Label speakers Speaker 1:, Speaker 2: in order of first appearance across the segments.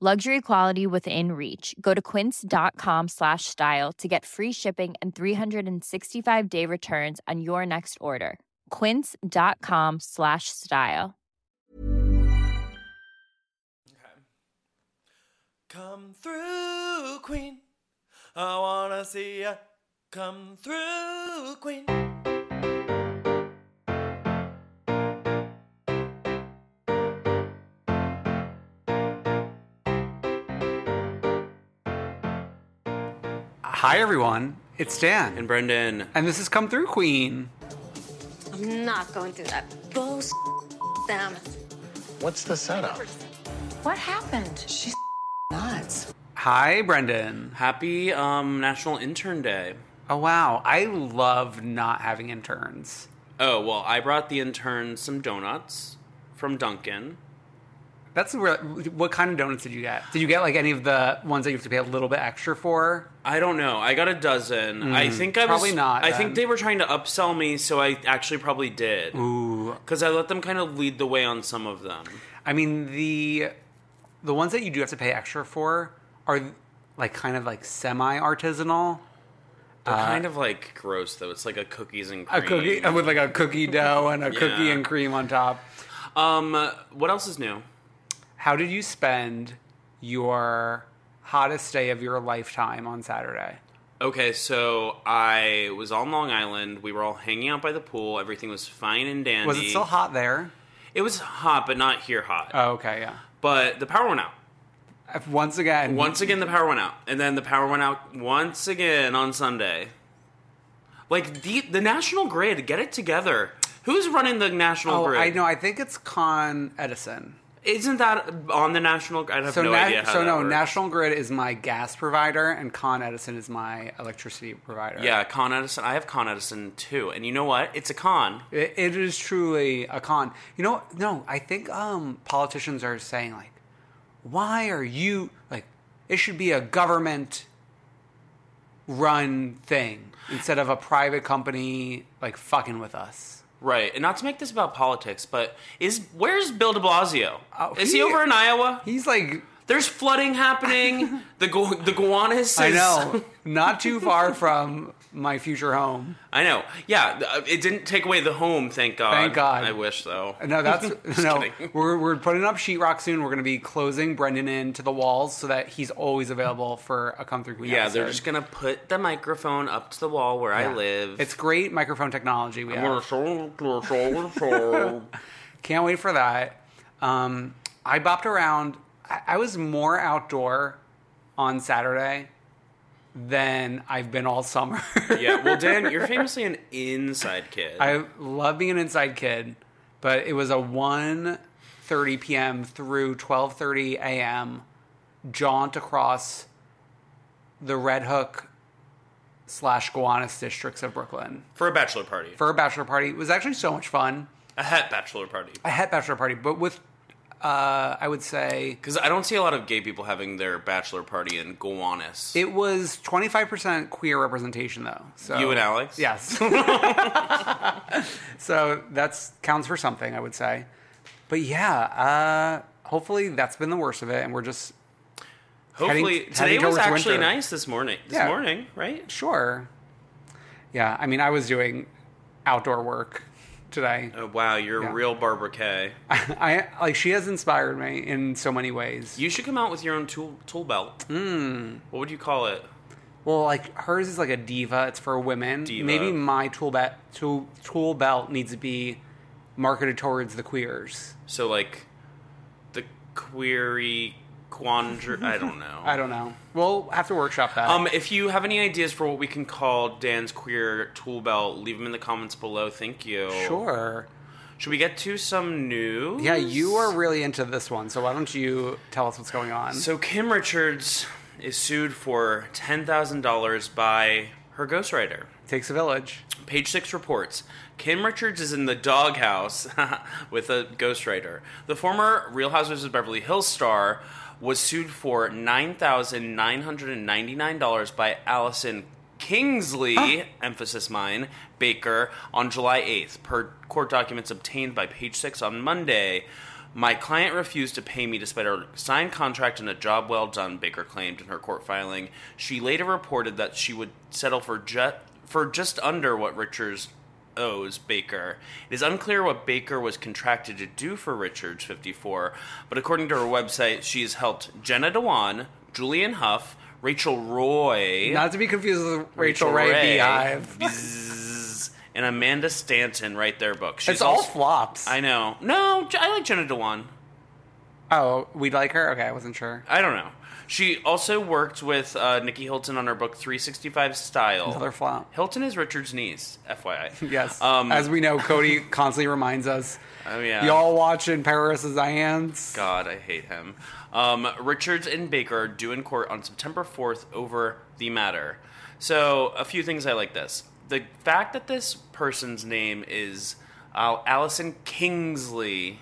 Speaker 1: Luxury quality within reach. Go to quince.com slash style to get free shipping and 365 day returns on your next order. Quince.com slash style.
Speaker 2: Come through, Queen. I wanna see ya. Come through, Queen.
Speaker 3: Hi, everyone. It's Dan.
Speaker 2: And Brendan.
Speaker 3: And this is Come Through Queen.
Speaker 4: I'm not going through that bullshit. Damn it.
Speaker 5: What's the setup?
Speaker 4: What happened? She's nuts.
Speaker 3: Hi, Brendan.
Speaker 2: Happy um, National Intern Day.
Speaker 3: Oh, wow. I love not having interns.
Speaker 2: Oh, well, I brought the interns some donuts from Dunkin'.
Speaker 3: That's where, what kind of donuts did you get? Did you get like any of the ones that you have to pay a little bit extra for?
Speaker 2: I don't know. I got a dozen. I think I
Speaker 3: Hmm.
Speaker 2: was
Speaker 3: probably not,
Speaker 2: I
Speaker 3: then.
Speaker 2: think they were trying to upsell me, so I actually probably did. Ooh, because I let them kind of lead the way on some of them.
Speaker 3: I mean, the the ones that you do have to pay extra for are like kind of like semi artisanal.
Speaker 2: They're kind of like gross though. It's like a cookies and
Speaker 3: Uh, A
Speaker 2: cream.
Speaker 3: cookie uh, um, with like a cookie dough and a cookie and cream on top.
Speaker 2: Um, what else is new?
Speaker 3: How did you spend your hottest day of your lifetime on Saturday?
Speaker 2: Okay, so I was on Long Island. We were all hanging out by the pool. Everything was fine and dandy.
Speaker 3: Was it still hot there?
Speaker 2: It was hot, but not here hot.
Speaker 3: Oh, okay, yeah.
Speaker 2: but the power went out.
Speaker 3: If- Once again,
Speaker 2: Once again, the power went out, and then the power went out once again on Sunday. Like the the national grid, get it together. Who's running the national
Speaker 3: Oh,
Speaker 2: grid?
Speaker 3: I know. I think it's Con Edison.
Speaker 2: Isn't that on the national? grid? I have
Speaker 3: So,
Speaker 2: no
Speaker 3: na-
Speaker 2: idea. How
Speaker 3: so
Speaker 2: that
Speaker 3: no,
Speaker 2: works.
Speaker 3: National Grid is my gas provider, and Con Edison is my electricity provider.
Speaker 2: Yeah, Con Edison. I have Con Edison too, and you know what? It's a con.
Speaker 3: It, it is truly a con. You know, no, I think um, politicians are saying like, "Why are you like? It should be a government-run thing instead of a private company like fucking with us."
Speaker 2: Right, and not to make this about politics, but is where's Bill De Blasio?
Speaker 3: Oh,
Speaker 2: is he,
Speaker 3: he-
Speaker 2: over in Iowa?
Speaker 3: He's like,
Speaker 2: There's flooding happening. the gu- the Gowanus. Is,
Speaker 3: I know, not too far from my future home.
Speaker 2: I know. Yeah, th- uh, it didn't take away the home. Thank God.
Speaker 3: Thank God.
Speaker 2: I wish though.
Speaker 3: No, that's no.
Speaker 2: kidding.
Speaker 3: We're we're putting up sheetrock soon. We're going to be closing Brendan in to the walls so that he's always available for a come through.
Speaker 2: Yeah, they're just gonna put the microphone up to the wall where I live.
Speaker 3: It's great microphone technology. We have.
Speaker 2: It's
Speaker 3: Can't wait for that. Um, I bopped around. I, I was more outdoor on Saturday than I've been all summer.
Speaker 2: yeah. Well, Dan, you're famously an inside kid.
Speaker 3: I love being an inside kid, but it was a 1.30 p.m. through 12.30 a.m. jaunt across the Red Hook slash Gowanus districts of Brooklyn
Speaker 2: for a bachelor party,
Speaker 3: for a bachelor party. It was actually so much fun.
Speaker 2: a het bachelor party.
Speaker 3: a het bachelor party, but with Uh, I would say
Speaker 2: Because I don't see a lot of gay people having their bachelor party in Gowanus.
Speaker 3: it was 25% queer representation, though. So
Speaker 2: You and Alex?
Speaker 3: Yes. so that's counts for something, I would say. But yeah, uh, hopefully that's been the worst of it, and we're just
Speaker 2: Hopefully,
Speaker 3: heading-
Speaker 2: today
Speaker 3: heading
Speaker 2: was
Speaker 3: towards
Speaker 2: actually
Speaker 3: winter.
Speaker 2: nice this morning. This
Speaker 3: Yeah.
Speaker 2: morning, right?
Speaker 3: sure. Yeah, I mean, I was doing outdoor work today.
Speaker 2: Oh, wow, you're
Speaker 3: Yeah.
Speaker 2: a real Barbara Kay.
Speaker 3: I like she has inspired me in so many ways.
Speaker 2: You should come out with your own tool tool belt.
Speaker 3: Hmm.
Speaker 2: What would you call it?
Speaker 3: Well, like hers is like a diva. It's for women.
Speaker 2: Diva.
Speaker 3: Maybe my tool belt tool, tool belt needs to be marketed towards the queers.
Speaker 2: So like the query quandr. I don't know.
Speaker 3: I don't know. We'll have to workshop that.
Speaker 2: Um, if you have any ideas for what we can call Dan's queer tool belt, leave them in the comments below. Thank you.
Speaker 3: sure.
Speaker 2: Should we get to some news?
Speaker 3: Yeah, you are really into this one, so why don't you tell us what's going on?
Speaker 2: So Kim Richards is sued for ten thousand dollars by her ghostwriter.
Speaker 3: Takes a village.
Speaker 2: Page six reports Kim Richards is in the doghouse with a ghostwriter. The former Real Housewives of Beverly Hills star was sued for $9,999 by Allison Kingsley, emphasis mine, Baker, on July 8th, per court documents obtained by Page Six on Monday. My client refused to pay me despite our signed contract and a job well done, Baker claimed in her court filing. She later reported that she would settle for just for just under what Richards owes Baker. It is unclear what Baker was contracted to do for Richards 54, but according to her website, she has helped Jenna Dewan, Julian Huff, Rachel Roy,
Speaker 3: Not to be confused with Rachel, Ray, Beehive.
Speaker 2: Bzzz, and Amanda Stanton write their book. She's
Speaker 3: It's all
Speaker 2: also-
Speaker 3: flops.
Speaker 2: I know. No, J- I like Jenna Dewan.
Speaker 3: oh, we like her? Okay, I wasn't sure.
Speaker 2: I don't know. She also worked with uh, Nikki Hilton on her book 365 Style.
Speaker 3: Another flop.
Speaker 2: Hilton is Richard's niece, FYI.
Speaker 3: Yes.
Speaker 2: Um,
Speaker 3: As we know, Cody constantly reminds us.
Speaker 2: Oh, yeah.
Speaker 3: Y'all watching Paris is Diane's.
Speaker 2: God, I hate him. Um, Richards and Baker are due in court on September 4th over the matter. So, a few things I like this. The fact that this person's name is uh, Allison Kingsley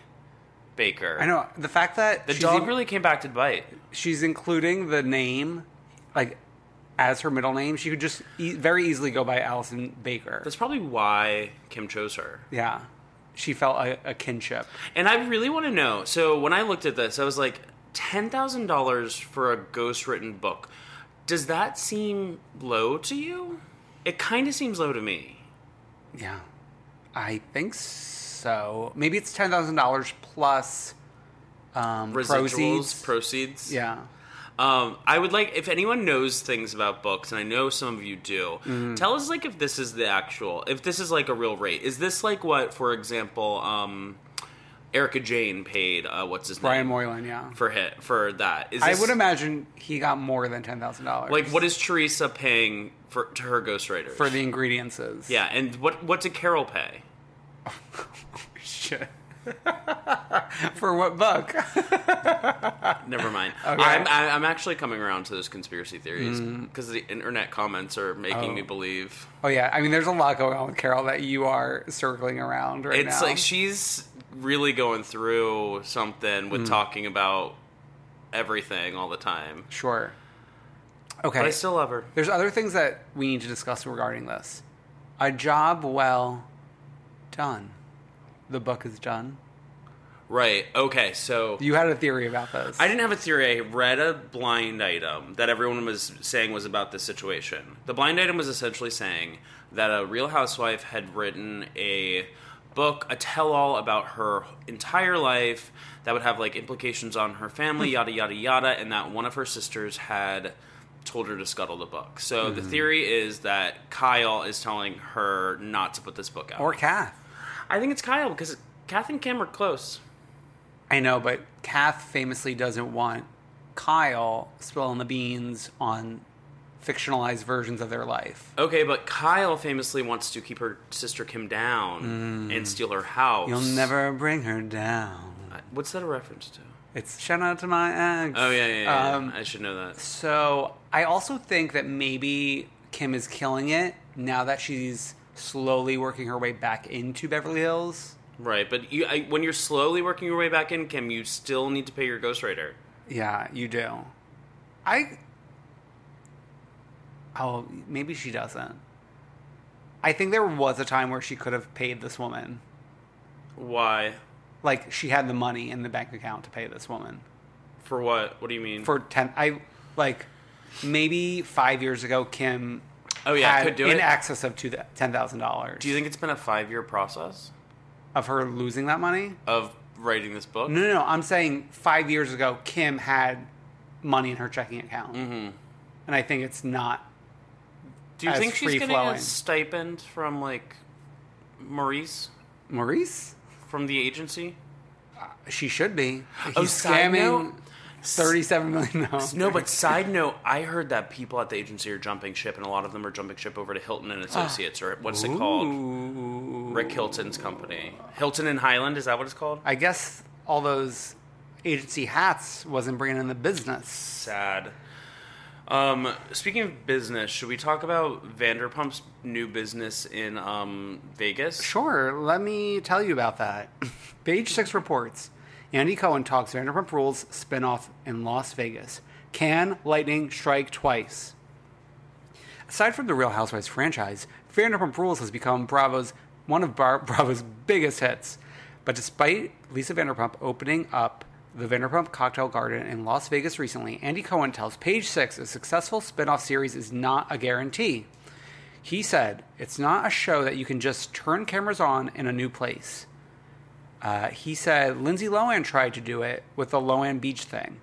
Speaker 2: Baker.
Speaker 3: I know. The fact that
Speaker 2: The
Speaker 3: she's,
Speaker 2: dog
Speaker 3: in-
Speaker 2: really came back to bite.
Speaker 3: she's including the name, like, as her middle name, she could just e- very easily go by Allison Baker.
Speaker 2: That's probably why Kim chose her.
Speaker 3: yeah. She felt a, a kinship.
Speaker 2: And I really want to know. So when I looked at this, I was like, ten thousand dollars for a ghostwritten book. Does that seem low to you? It kind of seems low to me.
Speaker 3: Yeah, I think so. Maybe it's ten thousand dollars plus um, proceeds.
Speaker 2: Residuals, proceeds.
Speaker 3: yeah,
Speaker 2: Um, I would like if anyone knows things about books, and I know some of you do.
Speaker 3: Mm-hmm.
Speaker 2: Tell us like if this is the actual, if this is like a real rate. Is this like what, for example, um, Erica Jane paid? Uh, what's his
Speaker 3: Brian
Speaker 2: name?
Speaker 3: Moylan. Yeah,
Speaker 2: for hit for that. Is
Speaker 3: I
Speaker 2: this-
Speaker 3: would imagine he got more than ten thousand dollars.
Speaker 2: Like, what is Teresa paying for to her ghostwriters?
Speaker 3: for the ingredients? is.
Speaker 2: yeah, and what what did Carol pay?
Speaker 3: Shit. for what book?
Speaker 2: Never mind. I'm I- I'm actually coming around to those conspiracy theories because the internet comments are making me believe
Speaker 3: Mm. oh yeah, I mean, there's a lot going on with Carol that you are circling around right
Speaker 2: it's
Speaker 3: now.
Speaker 2: like she's really going through something
Speaker 3: Mm.
Speaker 2: with talking about everything all the time.
Speaker 3: sure. Okay,
Speaker 2: But I still love her.
Speaker 3: There's other things that we need to discuss regarding this. A job well done. The book is done.
Speaker 2: Right. Okay. So
Speaker 3: You had a theory about this.
Speaker 2: I didn't have a theory. I read a blind item that everyone was saying was about this situation. The blind item was essentially saying that a real housewife had written a book, a tell all about her entire life that would have like implications on her family, yada, yada, yada, and that one of her sisters had told her to scuttle the book. So the theory is that Kyle is telling her not to put this book out.
Speaker 3: Or Kath.
Speaker 2: I think it's Kyle because Kath and Kim are close.
Speaker 3: I know, but Kath famously doesn't want Kyle spilling the beans on fictionalized versions of their life.
Speaker 2: Okay, but Kyle famously wants to keep her sister Kim down and steal her house.
Speaker 3: Mm.
Speaker 2: Uh,
Speaker 3: You'll never bring her down.
Speaker 2: What's that a reference to?
Speaker 3: It's shout out to my ex.
Speaker 2: Oh yeah, yeah, yeah, yeah.
Speaker 3: Um,
Speaker 2: I should know that.
Speaker 3: So I also think that maybe Kim is killing it now that she's slowly working her way back into Beverly Hills.
Speaker 2: Right, but you, I, when you're slowly working your way back in, Kim, you still need to pay your ghostwriter.
Speaker 3: Yeah, you do. I. Oh, maybe she doesn't. I think there was a time where she could have paid this woman.
Speaker 2: Why?
Speaker 3: Like she had the money in the bank account to pay this woman
Speaker 2: For what? What do you mean?
Speaker 3: for ten. I like maybe five years ago, Kim.
Speaker 2: Oh, yeah,
Speaker 3: had
Speaker 2: could do
Speaker 3: in
Speaker 2: it.
Speaker 3: excess of two ten thousand dollars.
Speaker 2: do you think it's been a five year process
Speaker 3: of her losing that money?
Speaker 2: of writing this book?
Speaker 3: No, no, no. I'm saying five years ago, Kim had money in her checking account, mm-hmm. and I think it's not.
Speaker 2: do you
Speaker 3: as
Speaker 2: think she's getting
Speaker 3: free-flowing.
Speaker 2: a stipend from like Maurice
Speaker 3: Maurice,
Speaker 2: from the agency?
Speaker 3: she should be. He's
Speaker 2: side
Speaker 3: scamming
Speaker 2: note?
Speaker 3: thirty-seven million dollars.
Speaker 2: No, but side note, I heard that people at the agency are jumping ship, and a lot of them are jumping ship over to Hilton and Associates, or what's it called? Rick Hilton's company. Hilton and Highland, is that what it's called?
Speaker 3: I guess all those agency hats wasn't bringing in the business.
Speaker 2: Sad. Um, speaking of business, should we talk about Vanderpump's new business in um, Vegas?
Speaker 3: Sure, let me tell you about that. Page six reports Andy Cohen talks Vanderpump Rules spinoff in Las Vegas. Can lightning strike twice? Aside from the Real Housewives franchise, Vanderpump Rules has become Bravo's one of Bar- Bravo's biggest hits. But despite Lisa Vanderpump opening up the Vanderpump Cocktail Garden in Las Vegas recently, Andy Cohen tells Page Six a successful spinoff series is not a guarantee. He said, It's not a show that you can just turn cameras on in a new place. Uh, he said, Lindsay Lohan tried to do it with the Lohan Beach thing.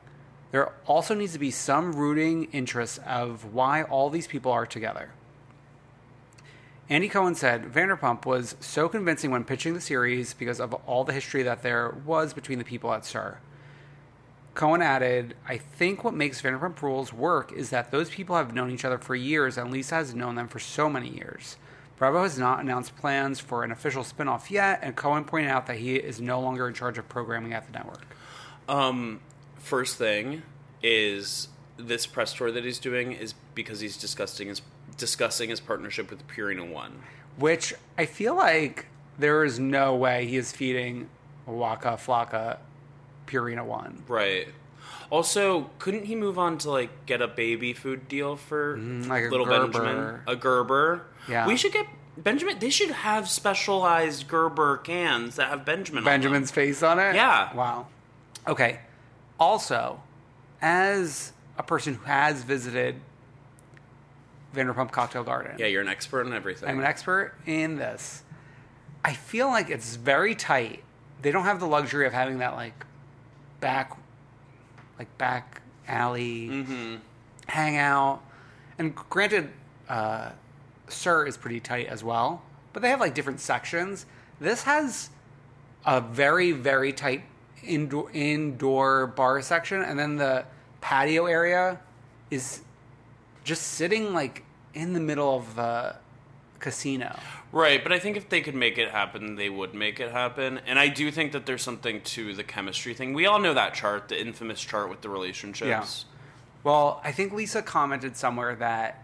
Speaker 3: There also needs to be some rooting interest of why all these people are together. Andy Cohen said Vanderpump was so convincing when pitching the series because of all the history that there was between the people at Sir. Cohen added, I think what makes Vanderpump Rules work is that those people have known each other for years and Lisa has known them for so many years. Bravo has not announced plans for an official spinoff yet, and Cohen pointed out that he is no longer in charge of programming at the network.
Speaker 2: Um, first thing is this press tour that he's doing is because he's discussing his discussing his partnership with Purina One.
Speaker 3: Which I feel like there is no way he is feeding Waka Flocka Purina 1.
Speaker 2: Right. Also, couldn't he move on to like get a baby food deal for
Speaker 3: Mm, like a
Speaker 2: little
Speaker 3: Gerber.
Speaker 2: Benjamin? A Gerber.
Speaker 3: Yeah.
Speaker 2: We should get Benjamin. They should have specialized Gerber cans that have Benjamin.
Speaker 3: Benjamin's face on it?
Speaker 2: Yeah.
Speaker 3: Wow. Okay. Also, as a person who has visited Vanderpump Cocktail Garden,
Speaker 2: On them. Yeah, you're an expert in everything.
Speaker 3: I'm an expert in this. I feel like it's very tight. They don't have the luxury of having that like back, like back alley hangout. And granted, uh, Sir is pretty tight as well, but they have like different sections. This has a very very tight indoor indoor bar section, and then the patio area is just sitting like in the middle of the casino.
Speaker 2: Right, but I think if they could make it happen, they would make it happen. And I do think that there's something to the chemistry thing. We all know that chart, the infamous chart with the relationships.
Speaker 3: Well, I think Lisa commented somewhere that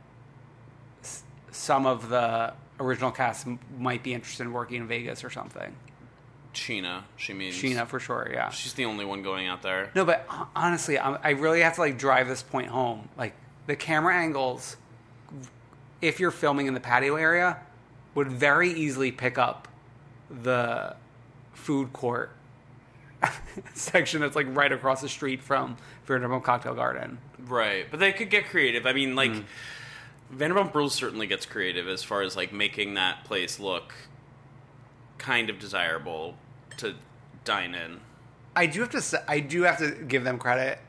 Speaker 3: s- some of the original cast m- might be interested in working in Vegas or something.
Speaker 2: Sheena, she means.
Speaker 3: Sheena for sure, yeah.
Speaker 2: She's the only one going out there.
Speaker 3: No, but hon- honestly, I'm, I really have to like drive this point home. Like the camera angles, if you're filming in the patio area, would very easily pick up the food court section that's like right across the street from Vanderbilt Cocktail Garden.
Speaker 2: Right, but they could get creative. I mean, like, Vanderpump Rules certainly gets creative as far as, like, making that place look kind of desirable to dine in.
Speaker 3: I do have to say, I do have to give them credit.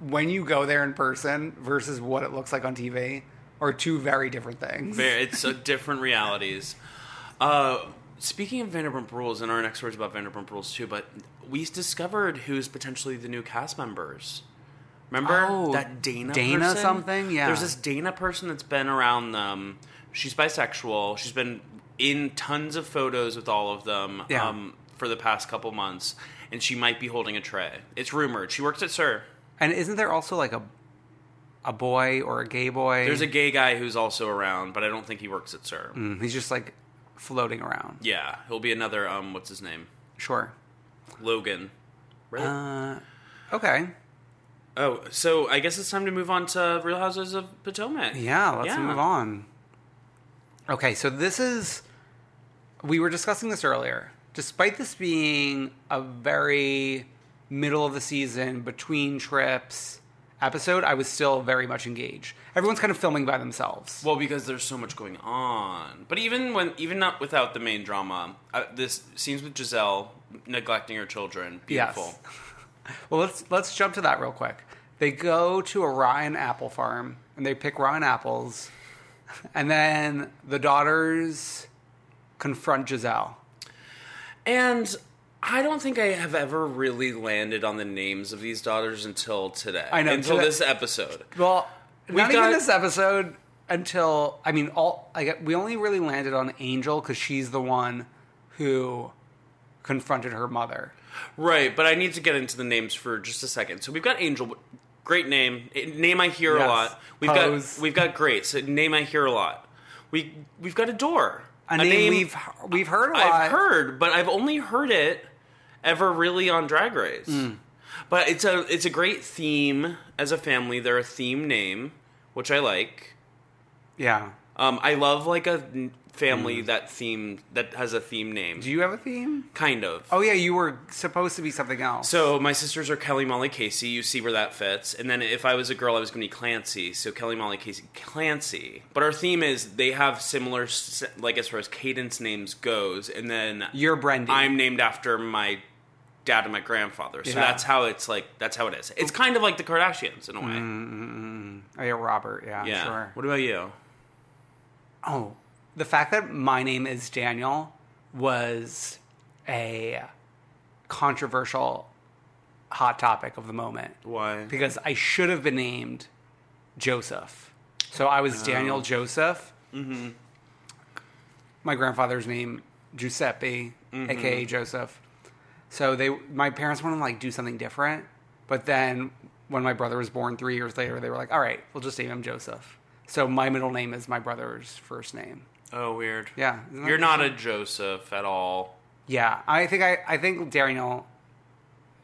Speaker 3: When you go there in person versus what it looks like on TV are two very different things.
Speaker 2: Very, it's a different realities. Uh, speaking of Vanderpump Rules, and our next word's about Vanderpump Rules too, but we discovered who's potentially the new cast members. Remember
Speaker 3: Oh,
Speaker 2: that Dana
Speaker 3: Dana
Speaker 2: person?
Speaker 3: something? Yeah.
Speaker 2: There's this Dana person that's been around them. She's bisexual. She's been in tons of photos with all of them
Speaker 3: Yeah.
Speaker 2: um, for the past couple months, and she might be holding a tray. It's rumored. She works at Sir.
Speaker 3: And isn't there also like a a boy or a gay boy? Mm.
Speaker 2: There's a gay guy who's also around, but I don't think he works at Sir.
Speaker 3: he's just like floating around.
Speaker 2: Yeah, he'll be another. Um, what's his name?
Speaker 3: Sure.
Speaker 2: Logan. Right.
Speaker 3: Okay.
Speaker 2: oh, so I guess it's time to move on to Real Houses of Potomac.
Speaker 3: Yeah, let's move on. Okay, so this is. We were discussing this earlier. Despite this being a very middle of the season, between trips episode, I was still very much engaged. Everyone's kind of filming by themselves.
Speaker 2: Well, because there's so much going on. But even when, even not without the main drama, uh, this scenes with Giselle neglecting her children, beautiful.
Speaker 3: Well, let's let's jump to that real quick. They go to a rye and apple farm and they pick rye and apples, and then the daughters confront Giselle.
Speaker 2: And I don't think I have ever really landed on the names of these daughters until today.
Speaker 3: I know,
Speaker 2: until
Speaker 3: today-
Speaker 2: this episode.
Speaker 3: Well, not
Speaker 2: got-
Speaker 3: even this episode until I mean, all I got, we only really landed on Angel because she's the one who confronted her mother.
Speaker 2: Right, but I need to get into the names for just a second. So we've got Angel, great name, a name I hear
Speaker 3: Yes.
Speaker 2: a lot. We've
Speaker 3: Pose.
Speaker 2: got we've got Grace, a name I hear a lot. We we've got Adore,
Speaker 3: A, name, we've we've heard a lot.
Speaker 2: I've heard, but I've only heard it ever really on Drag Race.
Speaker 3: Hmm.
Speaker 2: But it's a it's a great theme as a family. They're a theme name, which I like.
Speaker 3: Yeah.
Speaker 2: Um, I love like a n- family that theme that has a theme name,
Speaker 3: Hmm. Do you have a theme?
Speaker 2: kind of.
Speaker 3: Oh yeah, you were supposed to be something else.
Speaker 2: So my sisters are Kelly Molly Casey. You see where that fits. And then if I was a girl, I was going to be Clancy. So Kelly Molly Casey Clancy. But our theme is they have similar, s- like as far as cadence names goes. And then
Speaker 3: You're Brendy.
Speaker 2: I'm named after my dad and my grandfather. So
Speaker 3: Yeah.
Speaker 2: that's how it's like. That's how it is. It's kind of like the Kardashians in a way.
Speaker 3: Oh, yeah, Robert. Yeah,
Speaker 2: yeah.
Speaker 3: sure.
Speaker 2: What about you?
Speaker 3: Oh, the fact that my name is Daniel was a controversial hot topic of the moment.
Speaker 2: Why?
Speaker 3: Because I should have been named Joseph. So I was Daniel Joseph. Mm-hmm. My grandfather's name Giuseppe, aka Joseph. So they, my parents wanted to like do something different, but then when my brother was born three years later, they were like, "All right, we'll just name him Joseph." So my middle name is my brother's first name.
Speaker 2: Oh, weird.
Speaker 3: Yeah, isn't that
Speaker 2: You're not a Joseph at all.
Speaker 3: Yeah, I think I, I think Daniel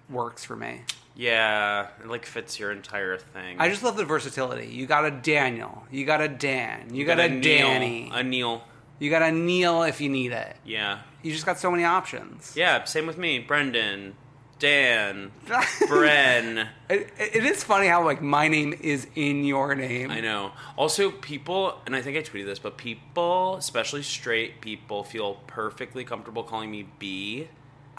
Speaker 3: works for me.
Speaker 2: Yeah, it like fits your entire thing.
Speaker 3: I just love the versatility. You got a Daniel, you got a Dan, you got, a,
Speaker 2: Neil-
Speaker 3: Danny,
Speaker 2: A Neil.
Speaker 3: you got a Neil if you need it.
Speaker 2: Yeah.
Speaker 3: You just got so many options.
Speaker 2: Yeah, same with me. Brendan, Dan, Bren.
Speaker 3: It, it, it is funny how like my name is in your name.
Speaker 2: I know. Also, people, and I think I tweeted this, but people, especially straight people, feel perfectly comfortable calling me B.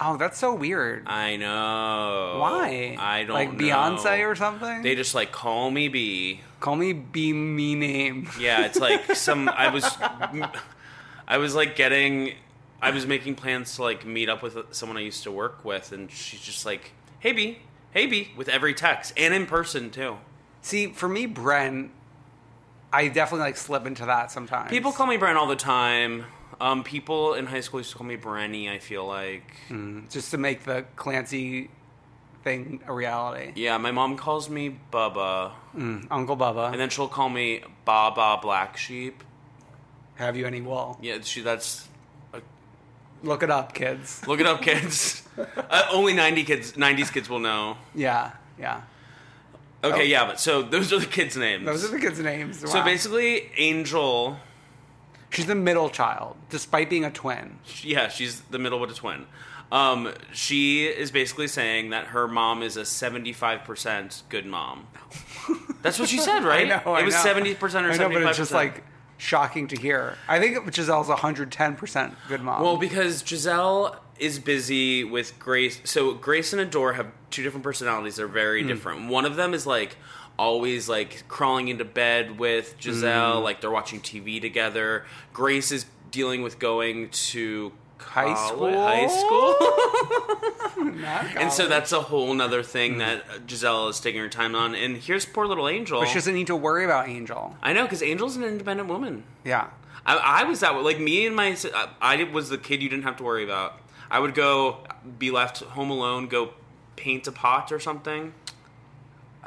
Speaker 3: Oh, that's so weird.
Speaker 2: I know.
Speaker 3: Why?
Speaker 2: I don't
Speaker 3: Like
Speaker 2: know.
Speaker 3: Beyonce or something?
Speaker 2: They just like call me B.
Speaker 3: Call me B me name.
Speaker 2: Yeah, it's like some. I was, I was like getting, I was making plans to like meet up with someone I used to work with, and she's just like, "Hey B, hey B," with every text and in person too.
Speaker 3: See, for me, Bren, I definitely like slip into that sometimes.
Speaker 2: People call me Bren all the time. Um, people in high school used to call me Brenny. I feel like.
Speaker 3: Hmm. just to make the Clancy thing a reality.
Speaker 2: Yeah, my mom calls me Bubba,
Speaker 3: Uncle Bubba,
Speaker 2: and then she'll call me Baba Black Sheep.
Speaker 3: have you any wool?
Speaker 2: Yeah, she. That's
Speaker 3: Look it up, kids.
Speaker 2: look it up, kids. uh, only ninety kids, nineties kids will know.
Speaker 3: Yeah, yeah.
Speaker 2: Okay, yeah, but so those are the kids' names.
Speaker 3: Oh. Those are the kids' names.
Speaker 2: So
Speaker 3: Wow.
Speaker 2: basically, Angel,
Speaker 3: she's the middle child, despite being a twin.
Speaker 2: yeah, she's the middle with a twin. Um, she is basically saying that her mom is a 75% good mom. That's what she said, right?
Speaker 3: I know. I
Speaker 2: it was
Speaker 3: know.
Speaker 2: 70% or 75%.
Speaker 3: I know, but it's just like shocking to hear. I think Giselle's 110% good mom.
Speaker 2: Well, because Giselle is busy with Grace. So Grace and Adore have two different personalities. They're
Speaker 3: Hmm.
Speaker 2: very different. One of them is like always like crawling into bed with Giselle,
Speaker 3: Hmm.
Speaker 2: like they're watching TV together. Grace is dealing with going to
Speaker 3: High
Speaker 2: colle-
Speaker 3: school?
Speaker 2: High school.
Speaker 3: Not
Speaker 2: and so
Speaker 3: college. Hmm.
Speaker 2: that's a whole nother thing that Giselle is taking her time on. And here's poor little Angel.
Speaker 3: But she doesn't need to worry about Angel.
Speaker 2: I know, because Angel's an independent woman.
Speaker 3: Yeah.
Speaker 2: I, I was that way. Like me and my, si- I, I was the kid you didn't have to worry about. I would go be left home alone, go paint a pot or something.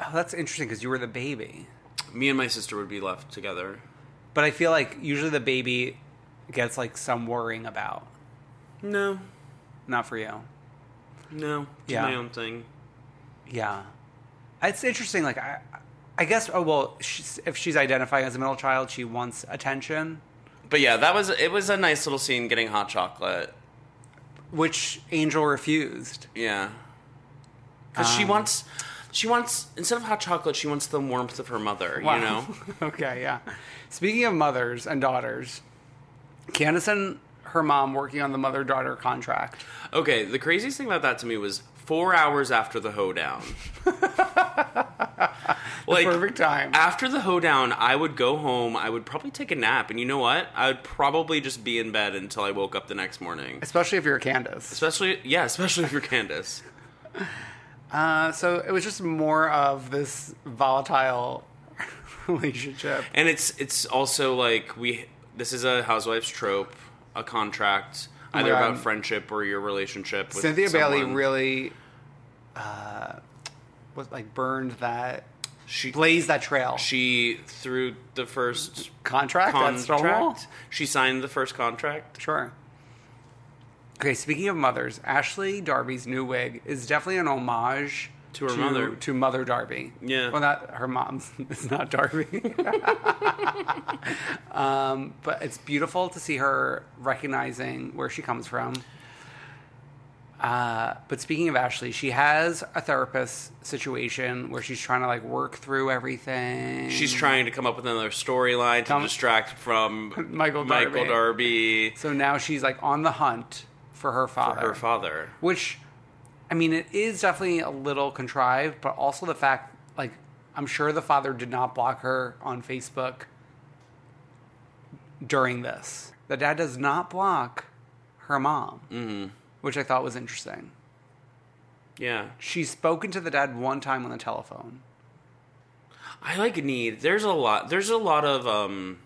Speaker 3: Oh, that's interesting because you were the baby.
Speaker 2: Me and my sister would be left together.
Speaker 3: But I feel like usually the baby gets like some worrying about.
Speaker 2: No,
Speaker 3: Not for you.
Speaker 2: no, it's
Speaker 3: Yeah.
Speaker 2: my own thing.
Speaker 3: Yeah, it's interesting. Like I, I guess. Oh well, she's, if she's identifying as a middle child, she wants attention.
Speaker 2: But yeah, that was it. Was a nice little scene getting hot chocolate.
Speaker 3: which Angel refused.
Speaker 2: Yeah, because she wants, she wants instead of hot chocolate, she wants the warmth of her mother. You know,
Speaker 3: okay, yeah. Speaking of mothers and daughters, Candace and her mom working on the mother daughter contract.
Speaker 2: Okay, the craziest thing about that to me was four hours after the hoedown. like
Speaker 3: Perfect time.
Speaker 2: after the hoedown, I would go home. I would probably take a nap, and you know what? I would probably just be in bed until I woke up the next morning.
Speaker 3: Especially if you're Candace.
Speaker 2: Especially, yeah, especially if you're Candace.
Speaker 3: Uh, so it was just more of this volatile relationship.
Speaker 2: And it's it's also like we this is a housewives trope, a contract
Speaker 3: Oh my
Speaker 2: either
Speaker 3: God.
Speaker 2: about friendship or your relationship. with
Speaker 3: Cynthia Bailey
Speaker 2: someone.
Speaker 3: really uh, was like burned that,
Speaker 2: she
Speaker 3: blazed that trail.
Speaker 2: she through the first
Speaker 3: contract? That's Stonewall?
Speaker 2: contract. She signed the first contract.
Speaker 3: Sure. Okay, speaking of mothers, Ashley Darby's new wig is definitely an homage
Speaker 2: To her mother.
Speaker 3: To Mother Darby.
Speaker 2: Yeah.
Speaker 3: Well, not her mom's. It's not Darby. um, but it's beautiful to see her recognizing where she comes from. Uh, but speaking of Ashley, she has a therapist situation where she's trying to like work through everything.
Speaker 2: She's trying to come up with another storyline to
Speaker 3: Come-
Speaker 2: distract from
Speaker 3: Michael
Speaker 2: Michael Darby,
Speaker 3: so now she's like on the hunt for her father.
Speaker 2: her father.
Speaker 3: which i mean it is definitely a little contrived but also the fact like i'm sure the father did not block her on facebook during this the dad does not block her mom which i thought was interesting
Speaker 2: Yeah,
Speaker 3: she's spoken to the dad one time on the telephone
Speaker 2: I like need. There's a lot. There's a lot of um.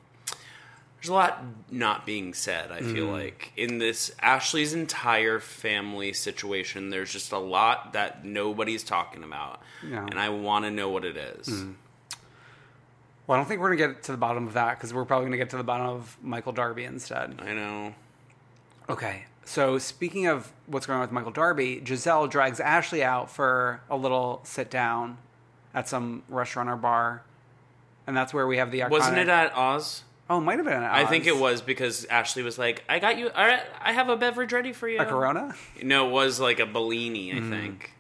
Speaker 2: There's a lot not being said. I
Speaker 3: Mm.
Speaker 2: feel like in this Ashley's entire family situation, there's just a lot that nobody's talking about,
Speaker 3: Yeah. Mm.
Speaker 2: and I want to know what it is.
Speaker 3: well i don't think we're gonna get to the bottom of that because we're probably gonna get to the bottom of michael darby instead
Speaker 2: I know.
Speaker 3: Okay. So speaking of what's going on with Michael Darby, Giselle drags Ashley out for a little sit down at some restaurant or bar, and that's where we have the iconic.
Speaker 2: Wasn't it at Oz?
Speaker 3: oh, it might have been. At
Speaker 2: I think it
Speaker 3: Oz.
Speaker 2: was because Ashley was like, "I got you. All right, I have a beverage ready for you."
Speaker 3: a Corona. Hmm.
Speaker 2: No, it was like a Bellini, I think.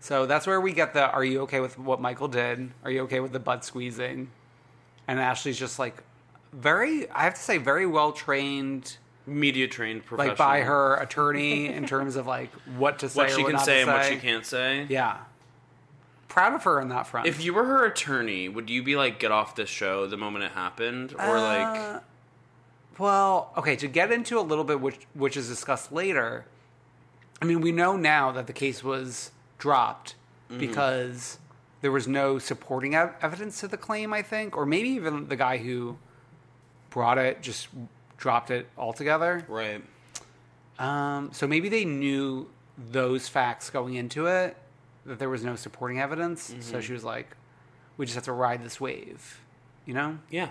Speaker 3: So that's where we get the "Are you okay with what Michael did? Are you okay with the butt squeezing?" And Ashley's just like very, I have to say, very well trained,
Speaker 2: Media trained professional.
Speaker 3: like by her attorney in terms of like what to say,
Speaker 2: What
Speaker 3: or
Speaker 2: she
Speaker 3: what
Speaker 2: can
Speaker 3: not
Speaker 2: say
Speaker 3: to
Speaker 2: and what she can't say.
Speaker 3: Yeah, proud of her on that front.
Speaker 2: If you were her attorney, would you be like, get off this show the moment it happened? Or
Speaker 3: Uh,
Speaker 2: like,
Speaker 3: Well, okay, to get into a little bit which which is discussed later. I mean, we know now that the case was dropped because there was no supporting ev- evidence to the claim, I think, or maybe even the guy who brought it just dropped it altogether.
Speaker 2: right.
Speaker 3: Um, so maybe they knew those facts going into it that there was no supporting evidence. So she was like, "We just have to ride this wave," you know?
Speaker 2: Yeah.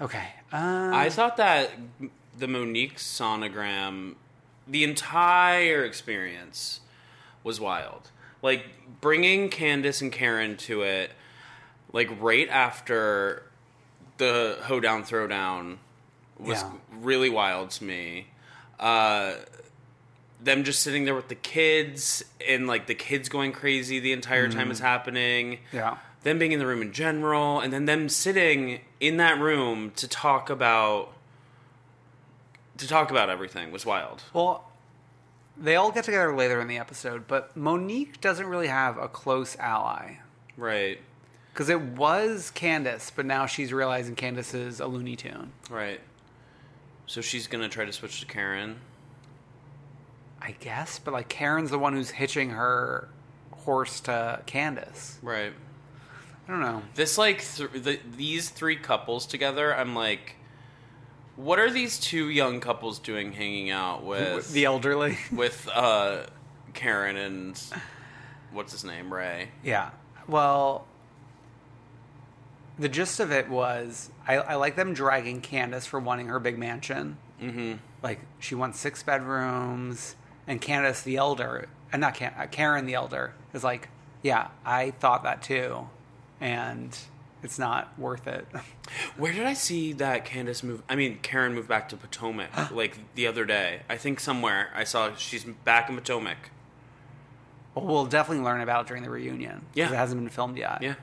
Speaker 3: Okay. Um,
Speaker 2: I thought that the Monique sonogram, the entire experience was wild. Like bringing Candace and Karen to it, like right after the hoedown throwdown was
Speaker 3: Yeah.
Speaker 2: really wild to me. Uh, them just sitting there with the kids and like the kids going crazy the entire time it's happening
Speaker 3: Mm-hmm. yeah.
Speaker 2: them being in the room in general, and then them sitting in that room to talk about to talk about everything was wild.
Speaker 3: Well, they all get together later in the episode, but Monique doesn't really have a close ally.
Speaker 2: Right.
Speaker 3: Because it was Candace, but now she's realizing Candace is a Looney Tune.
Speaker 2: Right. So she's gonna try to switch to Karen.
Speaker 3: I guess, but like Karen's the one who's hitching her horse to Candace.
Speaker 2: Right.
Speaker 3: I don't know.
Speaker 2: This like th- the, these three couples together, I'm like, what are these two young couples doing hanging out with
Speaker 3: The elderly.
Speaker 2: with uh, Karen and what's his name Ray?
Speaker 3: yeah. Well, The gist of it was I, I like them dragging Candace for wanting her big mansion. Mm-hmm. Like she wants six bedrooms, and Candace the elder, and not Can- uh, Karen the elder, is like, yeah, I thought that too, and it's not worth it.
Speaker 2: Where did I see that Candace move? I mean, Karen moved back to Potomac like the other day. I think somewhere I saw she's back in Potomac.
Speaker 3: well, we'll definitely learn about it during the reunion. 'cause
Speaker 2: Yeah.
Speaker 3: it hasn't been filmed yet.
Speaker 2: Yeah,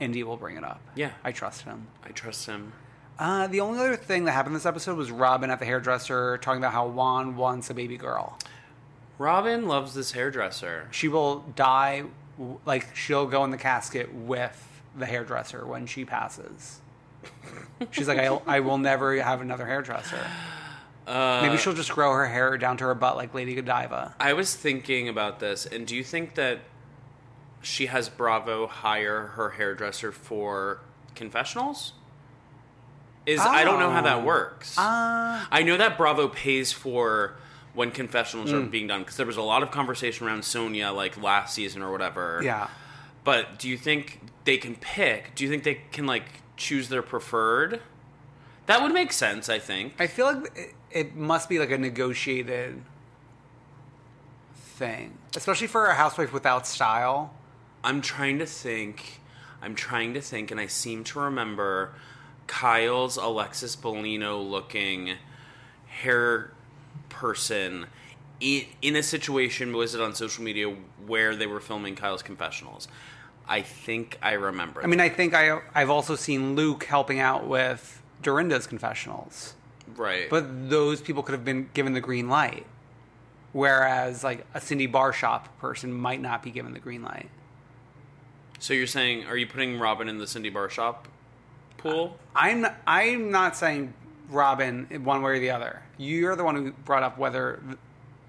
Speaker 3: Indy will bring it up.
Speaker 2: Yeah.
Speaker 3: I trust him.
Speaker 2: I trust him.
Speaker 3: Uh, the only other thing that happened this episode was Robin at the hairdresser talking about how Juan wants a baby girl.
Speaker 2: Robin loves this hairdresser.
Speaker 3: She will die, w- like, she'll go in the casket with the hairdresser when she passes. She's like, I, I will never have another hairdresser. Maybe she'll just grow her hair down to her butt like Lady Godiva.
Speaker 2: I was thinking about this, and do you think that she has Bravo hire her hairdresser for confessionals? Is I don't know how that works. I know that Bravo pays for when confessionals are being done because there was a lot of conversation around Sonia like last season or whatever.
Speaker 3: Yeah.
Speaker 2: But do you think they can pick? Do you think they can like choose their preferred? That would make sense, I think.
Speaker 3: I feel like it, it must be like a negotiated thing, especially for a housewife without style.
Speaker 2: I'm trying to think. I'm trying to think, and I seem to remember Kyle's Alexis Bolino looking hair person in, in a situation, was it on social media, where they were filming Kyle's confessionals? I think I remember.
Speaker 3: I mean, I think I I've also seen Luke helping out with Dorinda's confessionals,
Speaker 2: right.
Speaker 3: but those people could have been given the green light, whereas like a Cindy Barshop person might not be given the green light.
Speaker 2: so you're saying, are you putting Robin in the Cindy Bar Shop pool?
Speaker 3: I'm I'm not saying Robin in one way or the other. You're the one who brought up whether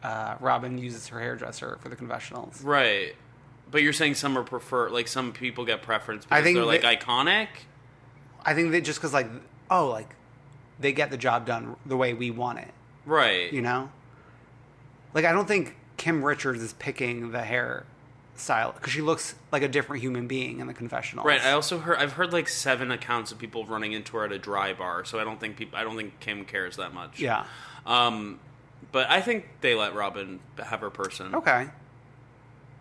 Speaker 3: uh, Robin uses her hairdresser for the confessionals.
Speaker 2: right. But you're saying some are prefer, like some people get preference because
Speaker 3: I think
Speaker 2: they're like
Speaker 3: that-
Speaker 2: iconic.
Speaker 3: I think that just because like oh like they get the job done the way we want it,
Speaker 2: Right.
Speaker 3: you know. Like I don't think Kim Richards is picking the hair style because she looks like a different human being in the confessional.
Speaker 2: Right. I also heard I've heard like seven accounts of people running into her at a dry bar, so I don't think people I don't think Kim cares that much.
Speaker 3: yeah.
Speaker 2: Um, but I think they let Robin have her person.
Speaker 3: Okay.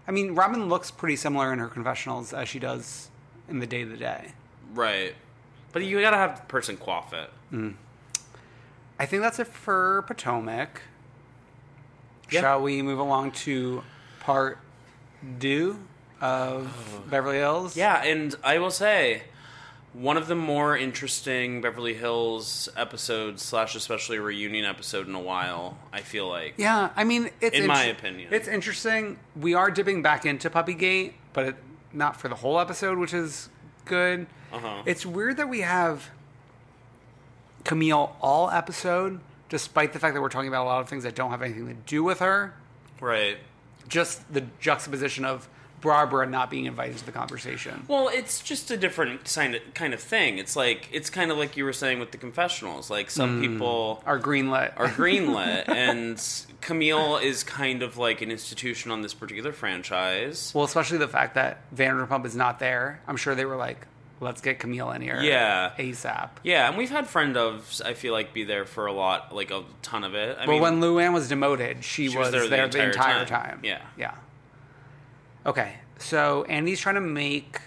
Speaker 3: I mean, Robin looks pretty similar in her confessionals as she does in the day to day.
Speaker 2: Right. But you gotta have the person quaff it.
Speaker 3: Mm. I think that's it for Potomac.
Speaker 2: Yeah.
Speaker 3: Shall we move along to part two of
Speaker 2: Oh.
Speaker 3: Beverly Hills?
Speaker 2: Yeah, and I will say one of the more interesting Beverly Hills episodes slash especially reunion episode in a while. I feel like
Speaker 3: Yeah, I mean, it's
Speaker 2: In my opinion.
Speaker 3: it's interesting. We are dipping back into Puppygate, but it, not for the whole episode, which is good.
Speaker 2: Uh-huh.
Speaker 3: It's weird that we have Camille all episode, despite the fact that we're talking about a lot of things that don't have anything to do with her.
Speaker 2: right.
Speaker 3: Just the juxtaposition of Barbara not being invited to the conversation.
Speaker 2: Well, it's just a different sign- kind of thing. It's like it's kind of like you were saying with the confessionals. Like some
Speaker 3: Mm.
Speaker 2: people
Speaker 3: Our greenlit.
Speaker 2: are greenlit, and Camille is kind of like an institution on this particular franchise.
Speaker 3: well, especially the fact that Vanderpump is not there. I'm sure they were like, "Let's get Camille in here,
Speaker 2: Yeah.
Speaker 3: ASAP."
Speaker 2: Yeah, and we've had friend ofs. I feel like be there for a lot, like a ton of it. I
Speaker 3: But
Speaker 2: mean,
Speaker 3: when Luann was demoted, she,
Speaker 2: She
Speaker 3: was, there the entire, time.
Speaker 2: Yeah.
Speaker 3: Yeah. Okay. So Andy's trying to make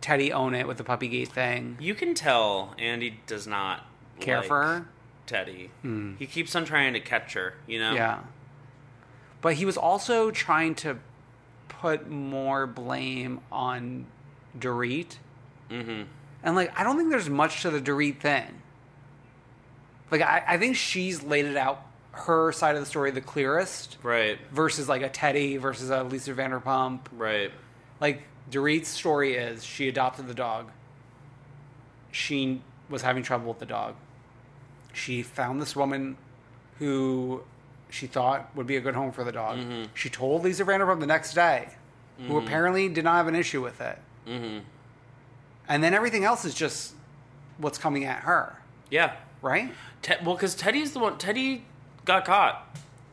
Speaker 3: Teddy own it with the puppy gate thing.
Speaker 2: you can tell Andy does not
Speaker 3: Care
Speaker 2: like
Speaker 3: for her? Hmm.
Speaker 2: Teddy. He keeps on trying to catch her. You know.
Speaker 3: Yeah. But he was also trying to put more blame on Dorit. Mm-hmm. And like, I don't think there's much to the Dorit thing. Like, I, I think she's laid it out her side of the story the clearest
Speaker 2: Right.
Speaker 3: versus like a Teddy versus a Lisa Vanderpump.
Speaker 2: Right.
Speaker 3: like Dorit's story is she adopted the dog. She was having trouble with the dog. She found this woman who she thought would be a good home for the dog. She told Lisa Vanderpump the next day, who apparently did not have an issue with it. Mm-hmm. And then everything else is just what's coming at her,
Speaker 2: Yeah.
Speaker 3: right?
Speaker 2: Te- well, because Teddy's the one. Teddy got caught,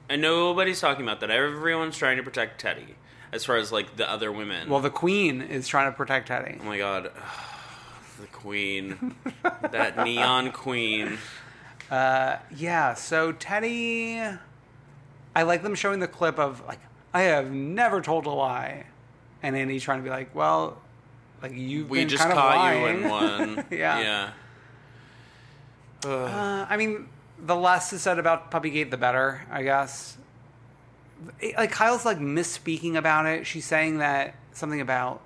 Speaker 2: and nobody's talking about that. Everyone's trying to protect Teddy, as far as like the other women.
Speaker 3: Well, the queen is trying to protect Teddy.
Speaker 2: oh my god, the queen, that neon queen.
Speaker 3: Yeah, so Teddy. I like them showing the clip of, like, I have never told a lie. And Andy trying to be like, well, like, you've
Speaker 2: We
Speaker 3: been
Speaker 2: just
Speaker 3: kind of
Speaker 2: caught
Speaker 3: lying.
Speaker 2: you in one.
Speaker 3: Yeah.
Speaker 2: yeah.
Speaker 3: Uh, I mean, the less is said about Puppygate, the better, I guess. It- like Kyle's like misspeaking about it. She's saying that something about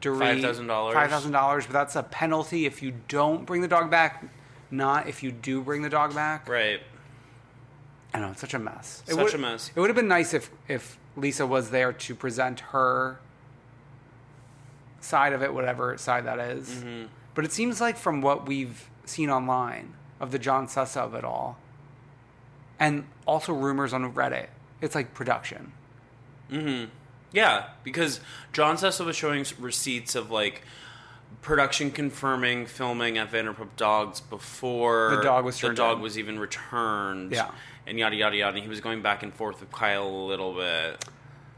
Speaker 3: Dorit,
Speaker 2: $5,000.
Speaker 3: five thousand dollars, but that's a penalty if you don't bring the dog back, not if you do bring the dog back.
Speaker 2: Right.
Speaker 3: I know it's such a mess.
Speaker 2: Such
Speaker 3: would-
Speaker 2: a mess.
Speaker 3: It would have been nice if if Lisa was there to present her side of it, whatever side that is.
Speaker 2: Mm-hmm.
Speaker 3: But it seems like from what we've seen online of the John Sussa of it all, and also rumors on Reddit, it's like production.
Speaker 2: Yeah, because John Sessa was showing s- receipts of like production confirming filming at Vanderpump Dogs before
Speaker 3: The dog was
Speaker 2: the
Speaker 3: turned
Speaker 2: dog
Speaker 3: in.
Speaker 2: was even returned.
Speaker 3: Yeah.
Speaker 2: and yada yada yada. And he was going back and forth with Kyle a little bit.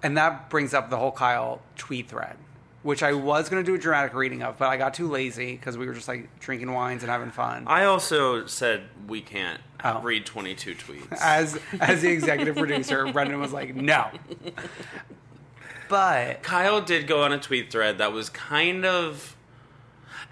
Speaker 3: And that brings up the whole Kyle tweet thread, which I was going to do a dramatic reading of, but I got too lazy because we were just like drinking wines and having fun.
Speaker 2: I also said we can't
Speaker 3: Oh.
Speaker 2: read twenty two tweets.
Speaker 3: as as the executive producer, Brendan was like, "No." But
Speaker 2: Kyle did go on a tweet thread that was kind of.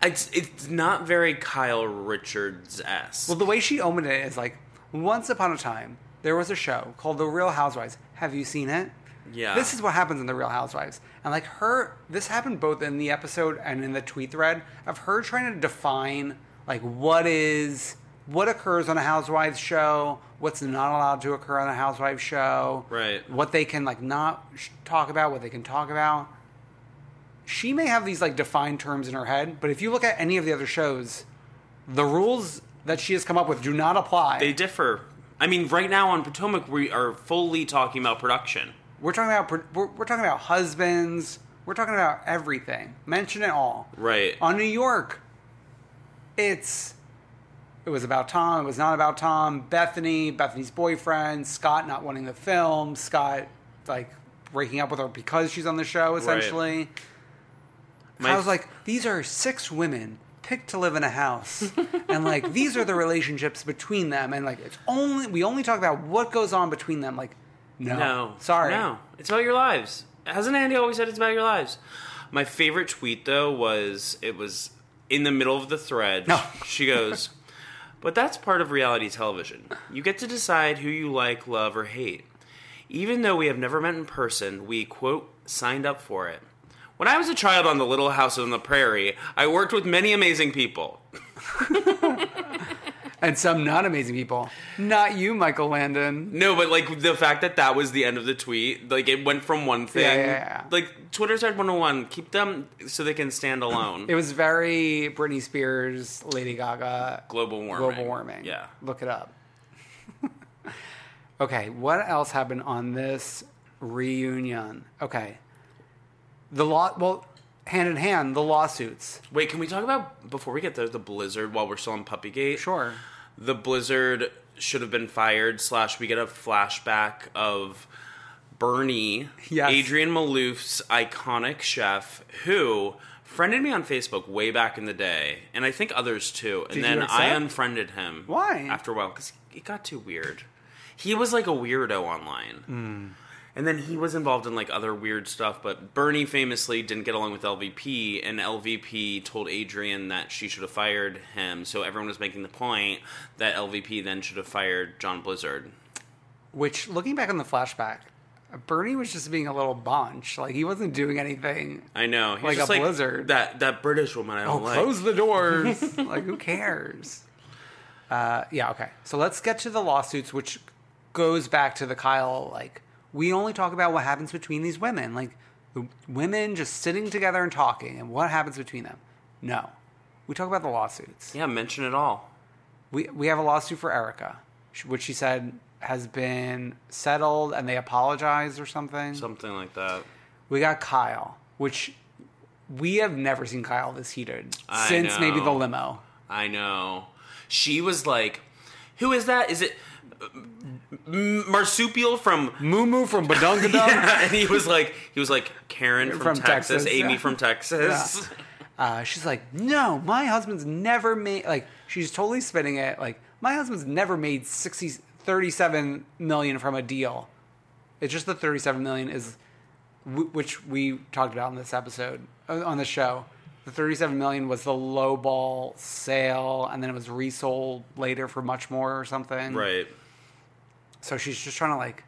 Speaker 2: It's it's not very Kyle Richards esque.
Speaker 3: well, the way she opened it is like, "Once upon a time, there was a show called The Real Housewives. Have you seen it?"
Speaker 2: Yeah.
Speaker 3: This is what happens in The Real Housewives, and like her, this happened both in the episode and in the tweet thread of her trying to define like what is what occurs on a housewives show, what's not allowed to occur on a housewives show,
Speaker 2: Right.
Speaker 3: What they can like not sh- talk about, what they can talk about. she may have these like defined terms in her head, but if you look at any of the other shows, the rules that she has come up with do not apply.
Speaker 2: They differ. I mean, right now on Potomac, we are fully talking about production.
Speaker 3: we're talking about pro- we're, we're talking about husbands. We're talking about everything. Mention it all.
Speaker 2: Right.
Speaker 3: On New York, it's it was about Tom. It was not about Tom. Bethany, Bethany's boyfriend, Scott not wanting the film. Scott like breaking up with her because she's on the show essentially.
Speaker 2: My-
Speaker 3: I was like, these are six women picked to live in a house, and like these are the relationships between them, and like it's only we only talk about what goes on between them. Like, no,
Speaker 2: No.
Speaker 3: sorry,
Speaker 2: No. It's about your lives. Hasn't Andy always said it's about your lives? My favorite tweet, though, was it was in the middle of the thread.
Speaker 3: No.
Speaker 2: She goes, But that's part of reality television. You get to decide who you like, love, or hate. Even though we have never met in person, we, quote, signed up for it. When I was a child on the Little House on the Prairie, I worked with many amazing people.
Speaker 3: and some not amazing people. Not you, Michael Landon.
Speaker 2: No, but like the fact that that was the end of the tweet, like it went from one thing.
Speaker 3: Yeah, yeah, yeah.
Speaker 2: Like Twitter's at 101, keep them so they can stand alone.
Speaker 3: It was very Britney Spears, Lady Gaga,
Speaker 2: global warming.
Speaker 3: global warming.
Speaker 2: Yeah.
Speaker 3: look it up. okay, what else happened on this reunion? Okay, the law. Well, hand in hand, the lawsuits.
Speaker 2: Wait, can we talk about before we get there the blizzard while we're still on Puppygate?
Speaker 3: Sure.
Speaker 2: The blizzard should have been fired. Slash, we get a flashback of Bernie,
Speaker 3: Yes.
Speaker 2: Adrian Malouf's iconic chef, who friended me on Facebook way back in the day, and I think others too. And
Speaker 3: Did
Speaker 2: then
Speaker 3: you
Speaker 2: I
Speaker 3: accept?
Speaker 2: unfriended him.
Speaker 3: Why?
Speaker 2: After a while, because it got too weird. He was like a weirdo online.
Speaker 3: Hmm.
Speaker 2: And then he was involved in like other weird stuff, but Bernie famously didn't get along with LVP, and LVP told Adrian that she should have fired him. So everyone was making the point that LVP then should have fired John Blizzard.
Speaker 3: Which, looking back on the flashback, Bernie was just being a little bunch. Like he wasn't doing anything.
Speaker 2: I know, he's
Speaker 3: Like
Speaker 2: just
Speaker 3: a Blizzard.
Speaker 2: That that British woman I don't
Speaker 3: Oh,
Speaker 2: like.
Speaker 3: close the doors! like who cares? Uh, yeah. Okay. So let's get to the lawsuits, which goes back to the Kyle. Like we only talk about what happens between these women. Like the women just sitting together and talking, and what happens between them. No, we talk about the lawsuits.
Speaker 2: yeah, mention it all.
Speaker 3: we we have a lawsuit for Erica, sh- which she said has been settled, and they apologized or something.
Speaker 2: Something like that.
Speaker 3: We got Kyle, which we have never seen Kyle this heated
Speaker 2: I
Speaker 3: since maybe
Speaker 2: know.
Speaker 3: the limo.
Speaker 2: I know. She was like, "Who is that? Is it uh, M- marsupial from
Speaker 3: Moo Moo from Badungadung.
Speaker 2: and he was like, he was like Karen from,
Speaker 3: From
Speaker 2: Texas,
Speaker 3: Texas,
Speaker 2: Amy
Speaker 3: yeah.
Speaker 2: from Texas.
Speaker 3: Uh, she's like, no, my husband's never made, like, she's totally spinning it. Like, my husband's never made 60, 37 million from a deal. It's just the 37 million is, wh- which we talked about in this episode, uh, on the show. The 37 million was the low ball sale, and then it was resold later for much more or something.
Speaker 2: Right.
Speaker 3: So she's just trying to, like,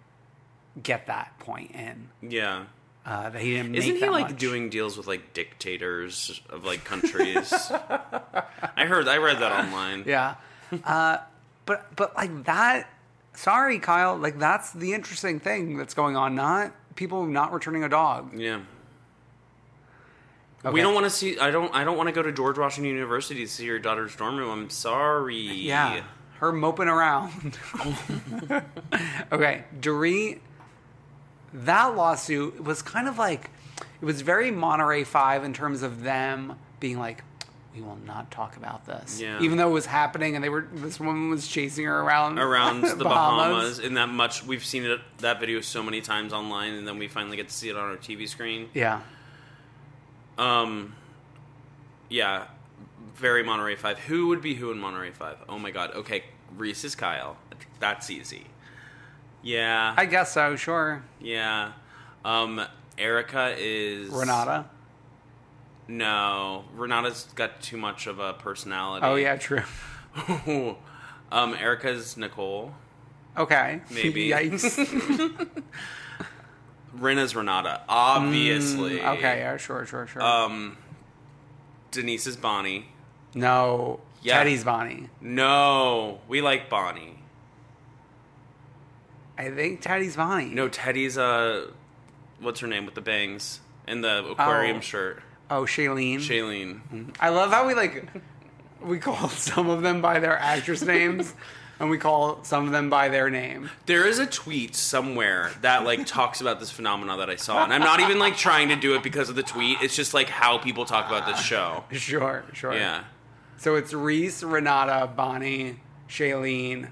Speaker 3: get that point in.
Speaker 2: Yeah.
Speaker 3: Uh, that he didn't make
Speaker 2: Isn't he
Speaker 3: that
Speaker 2: like
Speaker 3: much.
Speaker 2: doing deals with like dictators of like countries? I heard, I read that online.
Speaker 3: Yeah. Uh, but but like that. Sorry, Kyle. Like that's the interesting thing that's going on. Not people not returning a dog.
Speaker 2: Yeah.
Speaker 3: Okay.
Speaker 2: We don't want to see. I don't. I don't want to go to George Washington University to see your daughter's dorm room. I'm sorry.
Speaker 3: Yeah. Her moping around. okay, Doree. That lawsuit was kind of like, it was very Monterey Five in terms of them being like, we will not talk about this,
Speaker 2: Yeah.
Speaker 3: even though it was happening, and they were this woman was chasing her around
Speaker 2: Around the Bahamas, in that much we've seen it that video so many times online, and then we finally get to see it on our TV screen.
Speaker 3: Yeah.
Speaker 2: Um, yeah, very Monterey Five. Who would be who in Monterey Five? Oh my God. Okay, Reese is Kyle. That's easy. Yeah,
Speaker 3: I guess so. Sure.
Speaker 2: yeah. Um, Erica is
Speaker 3: Renata.
Speaker 2: No, Renata's got too much of a personality.
Speaker 3: Oh yeah, true.
Speaker 2: um, Erica's Nicole.
Speaker 3: Okay.
Speaker 2: Maybe.
Speaker 3: Yikes.
Speaker 2: Rena's Renata, obviously.
Speaker 3: Mm, okay. Yeah. Sure. Sure. Sure.
Speaker 2: Um, Denise is Bonnie.
Speaker 3: no.
Speaker 2: yeah.
Speaker 3: Teddy's Bonnie.
Speaker 2: No, we like Bonnie.
Speaker 3: I think Teddy's Bonnie.
Speaker 2: No, Teddy's uh, what's her name with the bangs and the aquarium
Speaker 3: Oh. Mm-hmm.
Speaker 2: shirt?
Speaker 3: Oh, Shailene.
Speaker 2: Shailene.
Speaker 3: I love how we like we call some of them by their actress names, and we call some of them by their name.
Speaker 2: There is a tweet somewhere that like talks about this phenomena that I saw, and I'm not even like trying to do it because of the tweet. It's just like how people talk about this show.
Speaker 3: Sure. Sure.
Speaker 2: Yeah.
Speaker 3: So it's Reese, Renata, Bonnie, Shailene.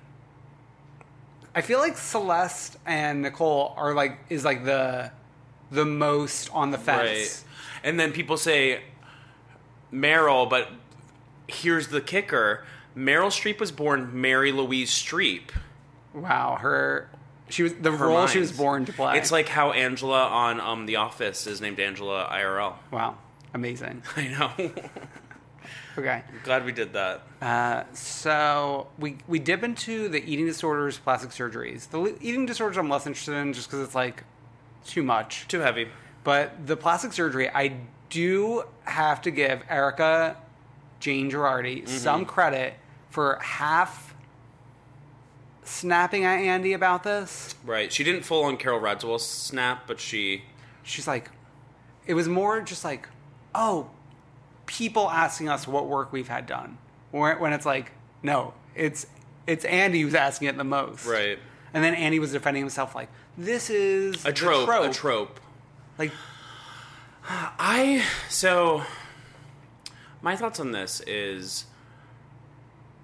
Speaker 3: I feel like Celeste and Nicole are like is like the the most on the fence.
Speaker 2: Right. And then people say Meryl, but here's the kicker: Meryl Streep was born Mary Louise Streep.
Speaker 3: Wow, her she was the
Speaker 2: Her
Speaker 3: role
Speaker 2: mind.
Speaker 3: she was born to play.
Speaker 2: It's like how Angela on um, The Office is named Angela IRL.
Speaker 3: wow, amazing.
Speaker 2: I know.
Speaker 3: Okay,
Speaker 2: Glad we did that.
Speaker 3: so we we dip into the eating disorders, plastic surgeries. The li- eating disorders I'm less interested in just because it's like too much.
Speaker 2: Too heavy.
Speaker 3: But the plastic surgery, I do have to give Erica Jane Girardi
Speaker 2: Mm-hmm.
Speaker 3: some credit for half snapping at Andy about this.
Speaker 2: Right. She didn't full on Carol Radswell snap, but she.
Speaker 3: she's like it was more just like oh people asking us what work we've had done Where- when it's like no it's it's andy who's asking it the most
Speaker 2: Right.
Speaker 3: and then andy was defending himself like this is
Speaker 2: A
Speaker 3: the
Speaker 2: trope. A trope.
Speaker 3: like
Speaker 2: I so my thoughts on this is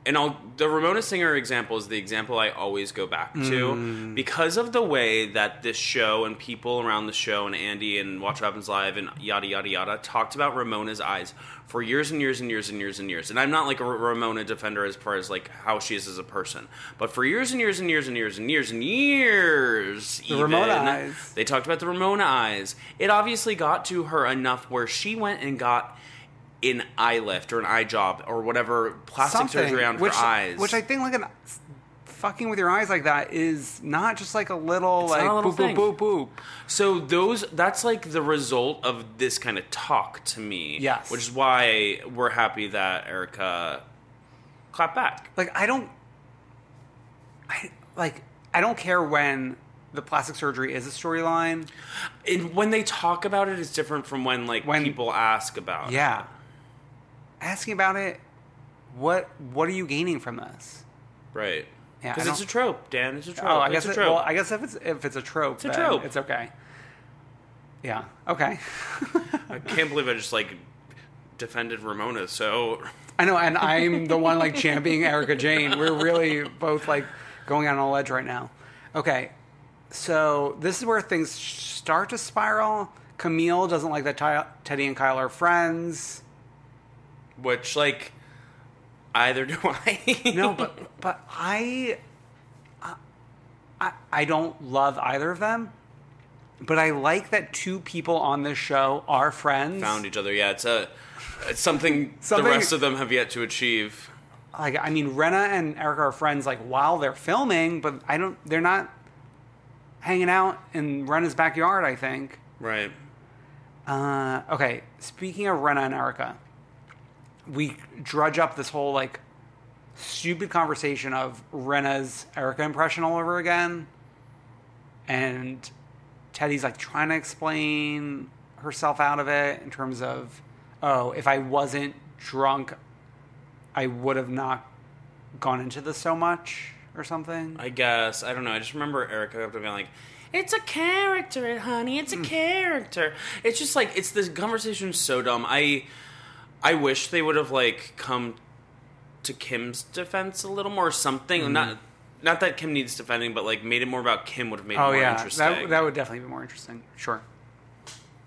Speaker 2: and I'll the Ramona Singer example is the example I always go back to
Speaker 3: Mm.
Speaker 2: because of the way that this show and people around the show and Andy and Watch What Happens Live and yada yada yada talked about Ramona's eyes for years and years and years and years and years. And I'm not like a R- Ramona defender as far as like how she is as a person, but for years and years and years and years and years and years,
Speaker 3: The Ramona
Speaker 2: even,
Speaker 3: eyes.
Speaker 2: They talked about the Ramona eyes. It obviously got to her enough where she went and got an eye lift or an eye job or whatever plastic
Speaker 3: something
Speaker 2: surgery on
Speaker 3: which,
Speaker 2: her eyes.
Speaker 3: which i think like an fucking with your eyes like that is not just like a little
Speaker 2: It's not
Speaker 3: like
Speaker 2: a little
Speaker 3: boop
Speaker 2: thing.
Speaker 3: boop boop boop
Speaker 2: so those that's like the result of this kind of talk to me.
Speaker 3: Yes.
Speaker 2: Which is why we're happy that Erica clapped back.
Speaker 3: like I don't I like I don't care when the plastic surgery is a storyline.
Speaker 2: And when they talk about it, it's different from when like
Speaker 3: When-
Speaker 2: people ask about it.
Speaker 3: Yeah. Asking about it, what what are you gaining from this?
Speaker 2: Right.
Speaker 3: Yeah, I
Speaker 2: Because it's a
Speaker 3: don't-
Speaker 2: trope, Dan. It's a trope.
Speaker 3: Oh, I
Speaker 2: It's
Speaker 3: guess
Speaker 2: a
Speaker 3: it,
Speaker 2: trope.
Speaker 3: well, I guess if it's if it's a trope,
Speaker 2: a
Speaker 3: then
Speaker 2: trope.
Speaker 3: It's okay. Yeah. Okay.
Speaker 2: I can't believe I just like defended Ramona. So
Speaker 3: I know, and I'm the one like championing Erica Jane. We're really both like going out on a ledge right now. Okay, so this is where things start to spiral. Camille doesn't like that Ty- Teddy and Kyle are friends.
Speaker 2: which like either do I.
Speaker 3: No, but but I, I I don't love either of them. But I like that two people on this show are friends.
Speaker 2: found each other. Yeah, it's a it's something,
Speaker 3: Something-
Speaker 2: the rest of them have yet to achieve.
Speaker 3: Like I mean, Rena and Erica are friends like while they're filming, but I don't. They're not hanging out in Rena's backyard. I think.
Speaker 2: Right.
Speaker 3: Uh, okay, speaking of Rena and Erica, we drudge up this whole like stupid conversation of Rena's Erica impression all over again, and Teddy's like trying to explain herself out of it in terms of, oh, if I wasn't drunk, I would have not gone into this so much or something.
Speaker 2: I guess I don't know. I just remember Erica being like, "It's a character, honey. It's a
Speaker 3: Hmm.
Speaker 2: character." It's just like it's this conversation so dumb. I I wish they would have like come to Kim's defense a little more or something.
Speaker 3: Hmm.
Speaker 2: Not not that Kim needs defending, but like made it more about Kim would have made it
Speaker 3: Oh
Speaker 2: more
Speaker 3: yeah,
Speaker 2: interesting.
Speaker 3: that, that would definitely be more interesting. Sure.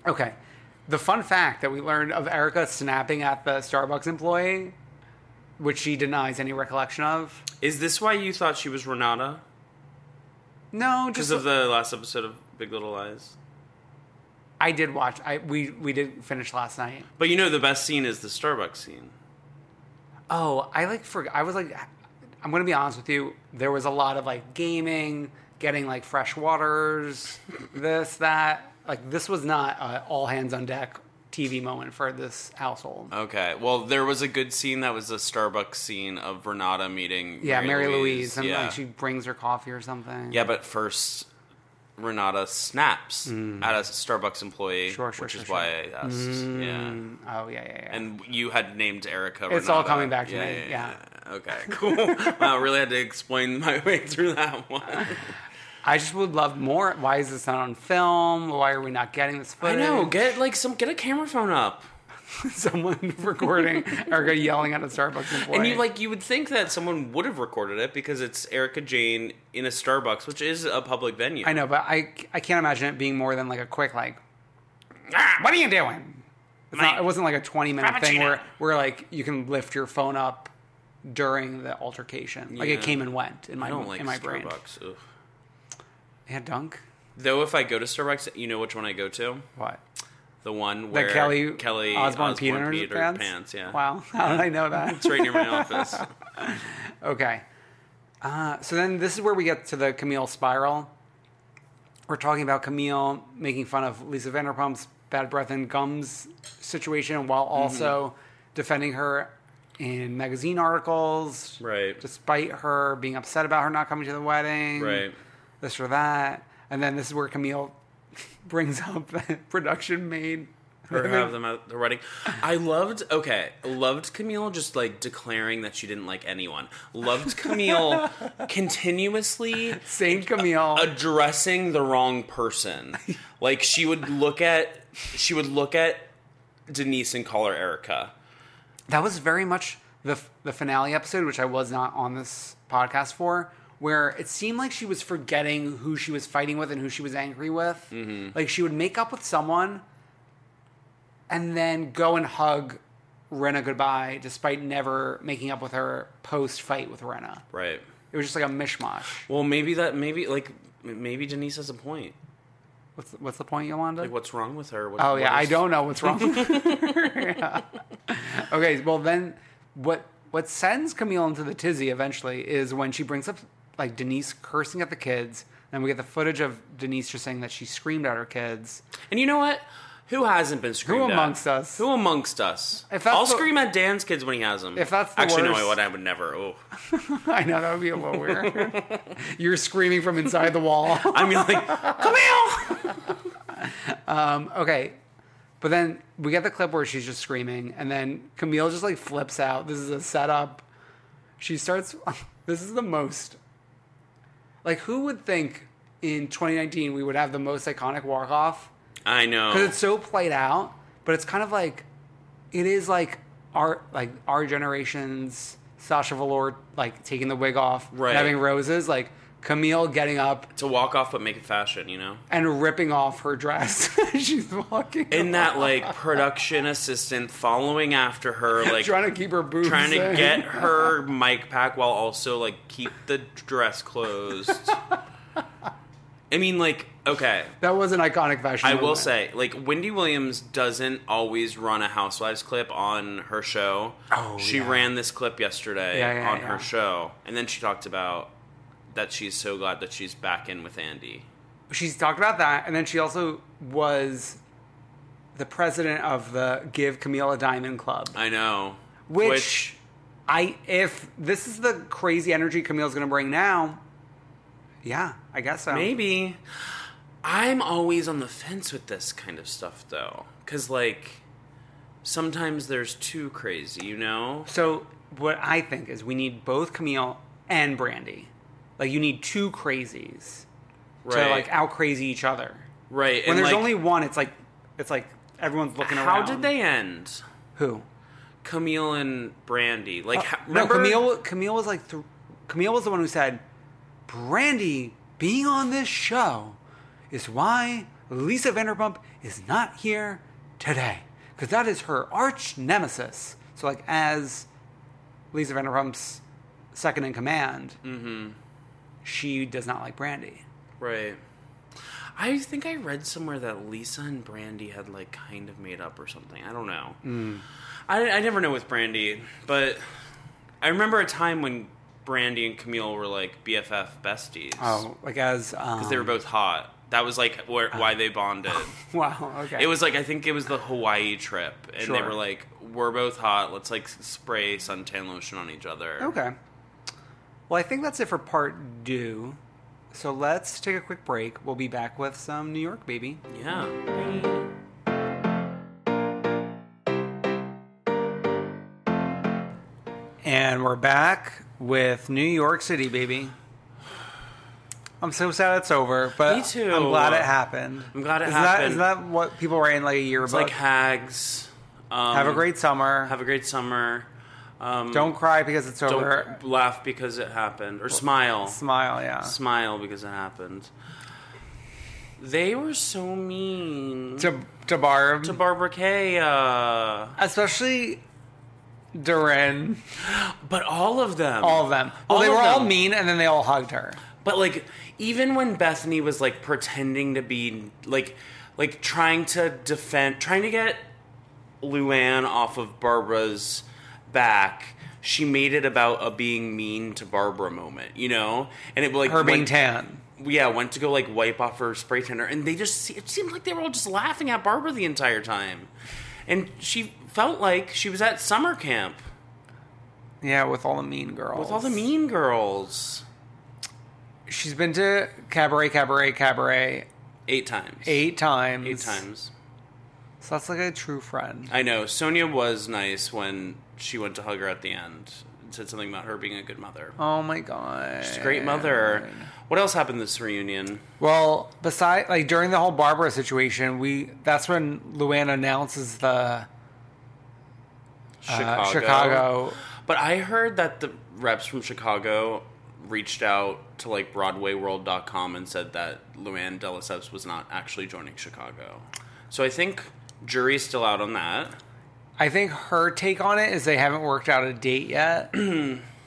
Speaker 3: Okay, the fun fact that we learned of Erica snapping at the Starbucks employee, which she denies any recollection of.
Speaker 2: Is this why you thought she was Renata?
Speaker 3: No,
Speaker 2: Because
Speaker 3: just
Speaker 2: of the last episode of Big Little Lies.
Speaker 3: I did watch. I we we did finish last night.
Speaker 2: But you know the best scene is the Starbucks scene.
Speaker 3: Oh, I like forgot. I was like, I'm gonna be honest with you. There was a lot of like gaming, getting like fresh waters, this that. Like this was not a all hands on deck TV moment for this household.
Speaker 2: Okay. Well, there was a good scene that was a Starbucks scene of Renata meeting.
Speaker 3: Yeah, Mary, Louise, and
Speaker 2: yeah.
Speaker 3: like she brings her coffee or something.
Speaker 2: yeah, but first, Renata snaps at a Starbucks employee,
Speaker 3: Mm. Sure, sure,
Speaker 2: which
Speaker 3: sure,
Speaker 2: is
Speaker 3: sure.
Speaker 2: why I asked. Yeah.
Speaker 3: Oh yeah, yeah, yeah.
Speaker 2: And you had named Erica.
Speaker 3: It's all
Speaker 2: Renata.
Speaker 3: coming back to me,
Speaker 2: Okay. Cool. wow. Really had to explain my way through that one.
Speaker 3: I just would love more. Why is this not on film? Why are we not getting this
Speaker 2: I
Speaker 3: footage?
Speaker 2: know. Get like some. Get a camera phone up.
Speaker 3: someone recording Erica yelling at a Starbucks employee.
Speaker 2: And you like you would think that someone would have recorded it because it's Erica Jane in a Starbucks, which is a public venue.
Speaker 3: I know, but I I can't imagine it being more than like a quick like. "Ah, what are you doing? It's not,
Speaker 2: Mate.
Speaker 3: it wasn't like a twenty minute thing
Speaker 2: Frappuccino.
Speaker 3: where where like you can lift your phone up during the altercation. Like
Speaker 2: Yeah.
Speaker 3: it came and went in my
Speaker 2: I don't like
Speaker 3: in my brain.
Speaker 2: Starbucks. Ugh.
Speaker 3: Yeah, dunk.
Speaker 2: Though if I go to Starbucks, you know which one I go to?
Speaker 3: What?
Speaker 2: The one where
Speaker 3: Kelly
Speaker 2: Kelly
Speaker 3: Osbourne,
Speaker 2: Osbourne
Speaker 3: Peter,
Speaker 2: Peter
Speaker 3: pants?
Speaker 2: pants? Yeah.
Speaker 3: Wow, how did I know that?
Speaker 2: It's right near my office.
Speaker 3: Okay. Uh, so then this is where we get to the Camille spiral. We're talking about Camille making fun of Lisa Vanderpump's bad breath and gums situation while
Speaker 2: Mm-hmm.
Speaker 3: also defending her in magazine articles.
Speaker 2: Right.
Speaker 3: Despite her being upset about her not coming to the wedding.
Speaker 2: Right.
Speaker 3: This or that. And then this is where Camille brings up that production maid.
Speaker 2: Or have them at the wedding. I loved okay. Loved Camille just like declaring that she didn't like anyone. Loved Camille continuously
Speaker 3: Saint Camille.
Speaker 2: addressing the wrong person. like she would look at she would look at Denise and call her Erica.
Speaker 3: that was very much the the finale episode, which I was not on this podcast for, where it seemed like she was forgetting who she was fighting with and who she was angry with. Like she would make up with someone, and then go and hug Rena goodbye, despite never making up with her post fight with Rena.
Speaker 2: Right.
Speaker 3: It was just like a mishmash.
Speaker 2: Well, maybe that maybe like m- maybe Denise has a point.
Speaker 3: What's what's the point, Yolanda?
Speaker 2: Like what's wrong with her? What,
Speaker 3: Oh
Speaker 2: what
Speaker 3: yeah, I
Speaker 2: is-
Speaker 3: don't know what's wrong. Yeah. Okay, well then, what what sends Camille into the tizzy eventually is when she brings up like Denise cursing at the kids, and we get the footage of Denise just saying that she screamed at her kids.
Speaker 2: And you know what? Who hasn't been screamed at?
Speaker 3: amongst us?
Speaker 2: Who amongst us?
Speaker 3: If that's
Speaker 2: I'll
Speaker 3: the-
Speaker 2: scream at Dan's kids when he has them.
Speaker 3: If that's the
Speaker 2: actually
Speaker 3: worst-
Speaker 2: no, I would. I would never. Oh,
Speaker 3: I know that would be a little weird. You're screaming from inside the wall.
Speaker 2: I mean, like, Camille.
Speaker 3: okay. But then we get the clip where she's just screaming, and then Camille just like flips out. This is a setup. She starts. This is the most. Like, who would think in 2019 we would have the most iconic walk off?
Speaker 2: I know.
Speaker 3: Because it's so played out, but it's kind of like, it is like our like our generation's Sasha Velour like taking the wig off, and
Speaker 2: Right.
Speaker 3: having roses. Like Camille getting up
Speaker 2: It's a walk off, but make it fashion, you know?
Speaker 3: and ripping off her dress as she's walking.
Speaker 2: In that, like, production assistant following after her, like,
Speaker 3: trying to keep her boobs.
Speaker 2: trying to
Speaker 3: in.
Speaker 2: get her mic pack while also like keep the dress closed. I mean, like, okay,
Speaker 3: That was an iconic fashion.
Speaker 2: I will
Speaker 3: moment.
Speaker 2: say, like, Wendy Williams doesn't always run a Housewives clip on her show.
Speaker 3: Oh,
Speaker 2: she
Speaker 3: yeah.
Speaker 2: ran this clip yesterday
Speaker 3: Yeah, yeah,
Speaker 2: on
Speaker 3: yeah.
Speaker 2: her show, and then she talked about that she's so glad that she's back in with Andy.
Speaker 3: she's talked about that, and then she also was the president of the Give Camille a Diamond Club.
Speaker 2: I know,
Speaker 3: Which, I if this is the crazy energy Camille's going to bring now, yeah, I guess so.
Speaker 2: Maybe. I'm always on the fence with this kind of stuff, though. Because, like, sometimes there's too crazy, you know?
Speaker 3: So what I think is we need both Camille and Brandy. Like you need two crazies
Speaker 2: Right.
Speaker 3: to like out crazy each other.
Speaker 2: right.
Speaker 3: When
Speaker 2: and,
Speaker 3: there's
Speaker 2: like,
Speaker 3: only one, it's like it's like everyone's looking
Speaker 2: How
Speaker 3: around.
Speaker 2: did they end?
Speaker 3: Who?
Speaker 2: Camille and Brandy. Like, ho-
Speaker 3: Oh, Uh, No,
Speaker 2: remember?
Speaker 3: Camille. Camille was like, th- Camille was the one who said, "Brandy being on this show is why Lisa Vanderpump is not here today because that is her arch nemesis." So, like, as Lisa Vanderpump's second in command,
Speaker 2: Mm-hmm.
Speaker 3: she does not like Brandy.
Speaker 2: Right. I think I read somewhere that Lisa and Brandy had, like, kind of made up or something. I don't know.
Speaker 3: Hmm.
Speaker 2: I, I never know with Brandy, but I remember a time when Brandy and Camille were, like, BFF besties.
Speaker 3: Oh, like as um,
Speaker 2: they were both hot. That was like where, why they bonded.
Speaker 3: wow. Oh, Okay,
Speaker 2: It was like I think it was the Hawaii trip, and they
Speaker 3: Sure.
Speaker 2: were like, "We're both hot. Let's like s- spray suntan lotion on each other."
Speaker 3: Okay. Well, I think that's it for part due. So let's take a quick break. We'll be back with some New York, baby.
Speaker 2: Yeah.
Speaker 3: And we're back with New York City, baby. I'm so sad it's over, but
Speaker 2: Me too.
Speaker 3: I'm glad it happened.
Speaker 2: I'm glad it
Speaker 3: Is That,
Speaker 2: happened.
Speaker 3: is that what people were in like a year
Speaker 2: It's
Speaker 3: ago?
Speaker 2: like hags. Um,
Speaker 3: have a great summer.
Speaker 2: have a great summer. Um,
Speaker 3: don't cry because it's
Speaker 2: don't
Speaker 3: over.
Speaker 2: laugh because it happened, or smile.
Speaker 3: Smile, yeah.
Speaker 2: Smile because it happened. They were so mean
Speaker 3: to to Barb,
Speaker 2: to Barbara Kay. Uh,
Speaker 3: especially Duran,
Speaker 2: but all of them.
Speaker 3: all of them. Well, they
Speaker 2: of
Speaker 3: were all
Speaker 2: them.
Speaker 3: mean, and then they all hugged her.
Speaker 2: But like even when Bethany was like pretending to be like like trying to defend trying to get Luann off of Barbara's back, she made it about a being mean to Barbara moment, you know? And it like
Speaker 3: Her being
Speaker 2: went-
Speaker 3: tan.
Speaker 2: Yeah, went to go like wipe off her spray tender and they just se- it seemed like they were all just laughing at Barbara the entire time. And she felt like she was at summer camp
Speaker 3: Yeah, with all the mean girls.
Speaker 2: with all the mean girls.
Speaker 3: She's been to cabaret, cabaret, cabaret
Speaker 2: Eight times.
Speaker 3: eight times.
Speaker 2: Eight times.
Speaker 3: So that's like a true friend.
Speaker 2: I know. Sonia was nice when she went to hug her at the end. Said something about her being a good mother.
Speaker 3: Oh my god.
Speaker 2: She's a great mother. What else happened this reunion?
Speaker 3: Well, beside like during the whole Barbara situation, we that's when Luann announces the
Speaker 2: Chicago.
Speaker 3: uh, Chicago.
Speaker 2: But I heard that the reps from Chicago reached out to like BroadwayWorld.com and said that Luann Deliceps was not actually joining Chicago. So I think jury's still out on that.
Speaker 3: I think her take on it is they haven't worked out a date yet,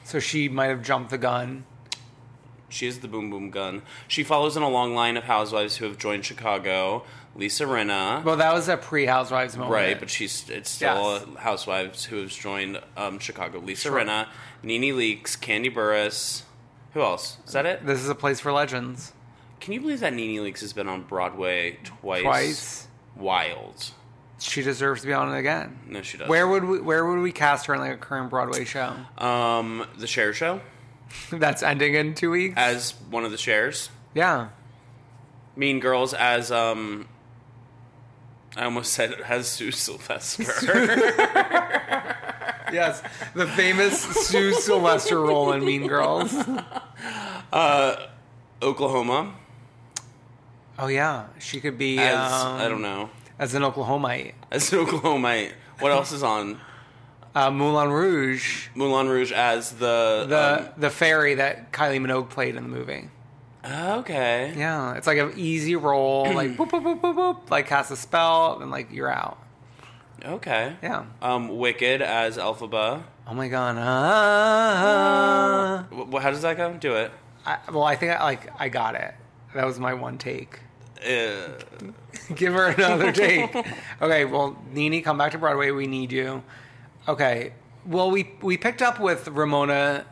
Speaker 3: so she might have jumped the gun.
Speaker 2: She is the boom boom gun. She follows in a long line of housewives who have joined Chicago. Lisa Rinna.
Speaker 3: Well, that was a pre-Housewives moment,
Speaker 2: Right, but she's it's still
Speaker 3: Oh, Yes.
Speaker 2: a housewives who has joined um, Chicago. Lisa Rinna, Nene Leakes, Candy Burris. Who else? Is that it?
Speaker 3: this is a place for legends.
Speaker 2: Can you believe that Nene Leakes has been on Broadway twice?
Speaker 3: Twice.
Speaker 2: Wild.
Speaker 3: She deserves to be on it again.
Speaker 2: No, she doesn't.
Speaker 3: Where would we where would we cast her in like a current Broadway show?
Speaker 2: Um, the Cher show
Speaker 3: That's ending in two weeks.
Speaker 2: as one of the Chers.
Speaker 3: yeah.
Speaker 2: Mean Girls as um. I almost said it has Sue Sylvester.
Speaker 3: Yes. The famous Sue Sylvester role in Mean Girls.
Speaker 2: Oklahoma
Speaker 3: Oh yeah. She could be
Speaker 2: as
Speaker 3: um,
Speaker 2: I don't know
Speaker 3: as an Oklahomite.
Speaker 2: as an Oklahomite. What else is on
Speaker 3: Uh, Moulin Rouge,
Speaker 2: Moulin Rouge as the
Speaker 3: Um,
Speaker 2: um,
Speaker 3: the the fairy that Kylie Minogue played in the movie.
Speaker 2: Okay.
Speaker 3: Yeah, it's like an easy roll, like boop boop boop boop boop, like cast a spell, and like you're out.
Speaker 2: Okay.
Speaker 3: Yeah.
Speaker 2: Um, Wicked as Elphaba.
Speaker 3: Oh my god. ah.
Speaker 2: Wh- wh- How does that go? Do it.
Speaker 3: I, well, I think I like I got it. That was my one take.
Speaker 2: Uh,
Speaker 3: Give her another take. Okay, well, Nini, come back to Broadway. We need you. Okay. Well, we we picked up with Ramona,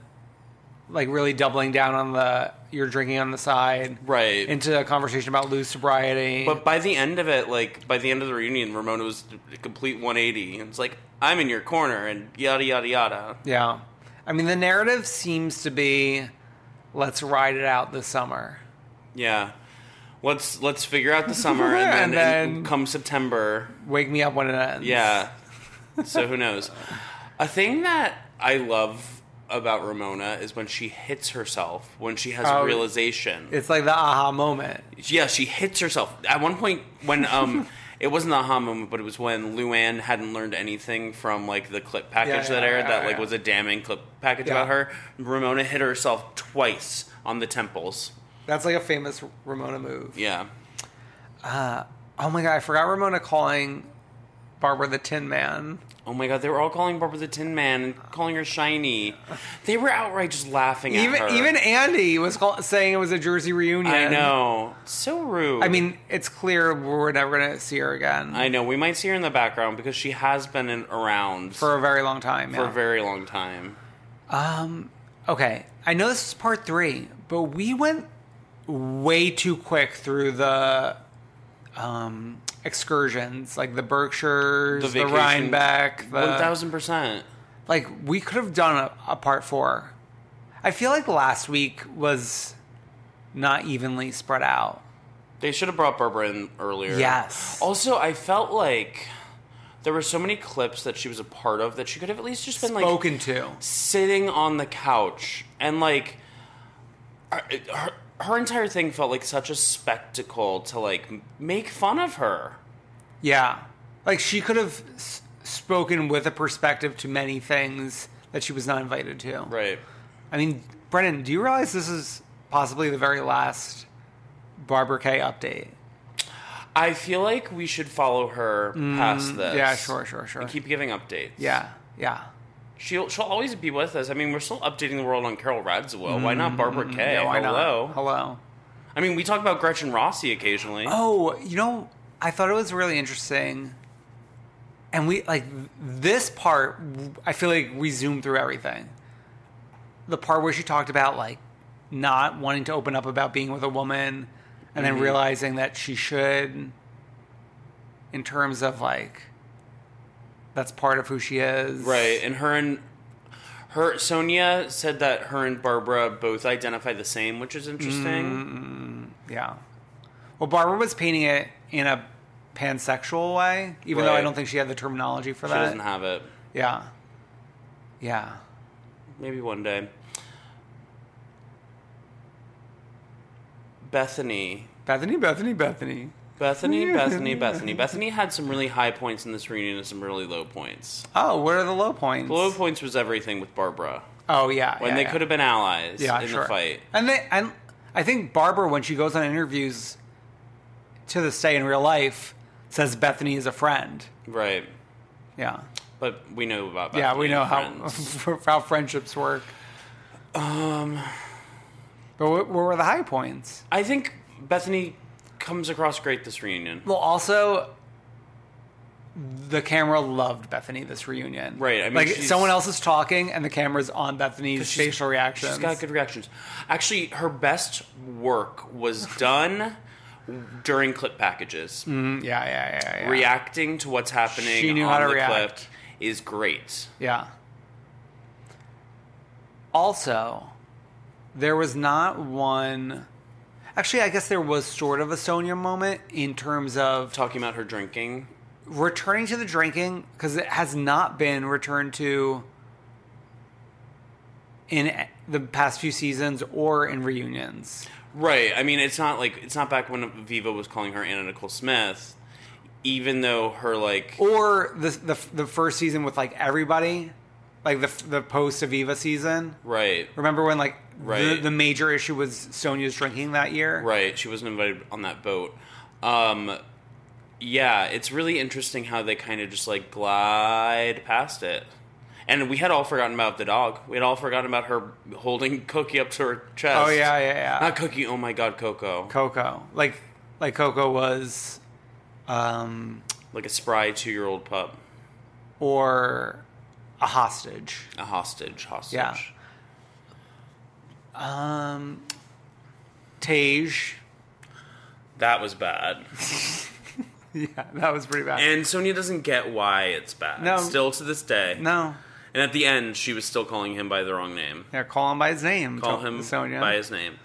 Speaker 3: like really doubling down on the you're drinking on the side,
Speaker 2: Right.
Speaker 3: Into a conversation about loose sobriety.
Speaker 2: but by the end of it, like by the end of the reunion, Ramona was a complete 180. and It's like I'm in your corner and yada yada yada.
Speaker 3: yeah, I mean the narrative seems to be, let's ride it out this summer.
Speaker 2: Yeah. Let's let's figure out the summer and then,
Speaker 3: And
Speaker 2: and
Speaker 3: then-
Speaker 2: come September.
Speaker 3: Wake me up when it ends.
Speaker 2: Yeah. So who knows? A thing that I love about Ramona is when she hits herself, when she has a
Speaker 3: Oh,
Speaker 2: realization.
Speaker 3: it's like the aha moment.
Speaker 2: yeah, she hits herself. At one point when um it wasn't the aha moment, but it was when Luann hadn't learned anything from like the clip package
Speaker 3: Yeah, yeah,
Speaker 2: that aired
Speaker 3: yeah,
Speaker 2: that like
Speaker 3: yeah.
Speaker 2: was a damning clip package
Speaker 3: Yeah.
Speaker 2: about her. Ramona hit herself twice on the temples.
Speaker 3: That's like a famous Ramona move.
Speaker 2: Yeah.
Speaker 3: Oh my god, I forgot Ramona calling Barbara the Tin Man.
Speaker 2: Oh my god, they were all calling Barbara the Tin Man and calling her shiny. They were outright just laughing
Speaker 3: Even
Speaker 2: at her.
Speaker 3: even Andy was call, saying it was a Jersey reunion.
Speaker 2: I know. So rude.
Speaker 3: I mean, it's clear we're never gonna see her again
Speaker 2: I know. We might see her in the background because she has been in, around
Speaker 3: for a very long time.
Speaker 2: for
Speaker 3: yeah.
Speaker 2: a very long time.
Speaker 3: okay, I know this is part three, but we went way too quick through the um, excursions, like the Berkshires, the,
Speaker 2: vacation-
Speaker 3: Rhinebeck, the
Speaker 2: 1000%.
Speaker 3: like we could have done a, a part four. I feel like last week was not evenly spread out.
Speaker 2: They should have brought Barbara in earlier.
Speaker 3: Yes.
Speaker 2: Also, I felt like there were so many clips that she was a part of that she could have at least just been like
Speaker 3: Spoken to.
Speaker 2: sitting on the couch and like her, her, her entire thing felt like such a spectacle to like m- make fun of her
Speaker 3: Yeah. Like she could have s- spoken with a perspective to many things that she was not invited to.
Speaker 2: right
Speaker 3: I mean, Brennan, do you realize this is possibly the very last Barbara Kay update?
Speaker 2: i feel like we should follow her past this
Speaker 3: Mm, yeah, sure, sure, sure.
Speaker 2: and keep giving updates
Speaker 3: Yeah. Yeah.
Speaker 2: she'll she'll always be with us i mean we're still updating the world on carol radswell why not barbara kay
Speaker 3: Mm, Yeah, why not?
Speaker 2: hello
Speaker 3: Hello.
Speaker 2: i mean we talk about gretchen rossi occasionally
Speaker 3: Oh, you know, I thought it was really interesting. And we like this part. I feel like we zoomed through everything. The part where she talked about like not wanting to open up about being with a woman, and
Speaker 2: Mm-hmm.
Speaker 3: then realizing that she should. In terms of like, that's part of who she is,
Speaker 2: Right, and her and her Sonia said that her and Barbara both identify the same, which is
Speaker 3: Mm,
Speaker 2: interesting.
Speaker 3: Yeah. Well, Barbara was painting it in a pansexual way, even though I
Speaker 2: Right.
Speaker 3: don't think she had the terminology for
Speaker 2: She
Speaker 3: that.
Speaker 2: doesn't have it.
Speaker 3: Yeah. Yeah.
Speaker 2: Maybe one day. Bethany.
Speaker 3: Bethany, Bethany, Bethany.
Speaker 2: Bethany, Bethany, Bethany. Bethany had some really high points in this reunion and some really low points.
Speaker 3: Oh, what are the low points?
Speaker 2: The low points was everything with Barbara.
Speaker 3: oh yeah.
Speaker 2: When
Speaker 3: yeah,
Speaker 2: they
Speaker 3: yeah.
Speaker 2: could have been allies
Speaker 3: yeah,
Speaker 2: in
Speaker 3: sure.
Speaker 2: the fight.
Speaker 3: And they and I think Barbara when she goes on interviews to this day in real life says Bethany is a friend.
Speaker 2: Right.
Speaker 3: Yeah.
Speaker 2: But we know about Bethany.
Speaker 3: yeah, we know
Speaker 2: and
Speaker 3: how
Speaker 2: friends. Um.
Speaker 3: how friendships work. Um but what, what were the high points?
Speaker 2: I think Bethany comes across great this reunion.
Speaker 3: Well, also, the camera loved Bethany this reunion.
Speaker 2: Right, I mean,
Speaker 3: like
Speaker 2: she's-
Speaker 3: someone else is talking and the camera's on Bethany's
Speaker 2: She's-
Speaker 3: facial reactions.
Speaker 2: She's got good reactions. Actually, her best work was done during clip packages.
Speaker 3: Mm, yeah, yeah, yeah, yeah.
Speaker 2: Reacting to what's happening
Speaker 3: She knew
Speaker 2: on
Speaker 3: how to
Speaker 2: the clip
Speaker 3: react.
Speaker 2: is great.
Speaker 3: Yeah. Also, there was not one. Actually, I guess there was sort of a Sonia moment in terms of
Speaker 2: Talking about her drinking.
Speaker 3: returning to the drinking because it has not been returned to in the past few seasons or in reunions.
Speaker 2: Right. I mean, it's not like it's not back when Viva was calling her Anna Nicole Smith, even though her like
Speaker 3: Oh, or the, the the first season with like everybody like the the post Aviva season.
Speaker 2: Right.
Speaker 3: Remember when like the,
Speaker 2: Right.
Speaker 3: the major issue was Sonya's drinking that year?
Speaker 2: Right. She wasn't invited on that boat. Um, yeah, it's really interesting how they kind of just like glide past it. And we had all forgotten about the dog. We had all forgotten about her holding Cookie up to her chest.
Speaker 3: Oh yeah, yeah, yeah.
Speaker 2: Not Cookie. Oh my God, Coco.
Speaker 3: Coco. Like like Coco was um
Speaker 2: like a spry two-year-old pup,
Speaker 3: or a hostage.
Speaker 2: a hostage, hostage.
Speaker 3: Yeah. Um Tej.
Speaker 2: That was bad.
Speaker 3: Yeah, that was pretty bad.
Speaker 2: And Sonia doesn't get why it's bad.
Speaker 3: No.
Speaker 2: Still to this day.
Speaker 3: no.
Speaker 2: And at the end, she was still calling him by the wrong name.
Speaker 3: Yeah, call him by his name.
Speaker 2: Call
Speaker 3: Tony-
Speaker 2: him
Speaker 3: Sonia.
Speaker 2: by his name.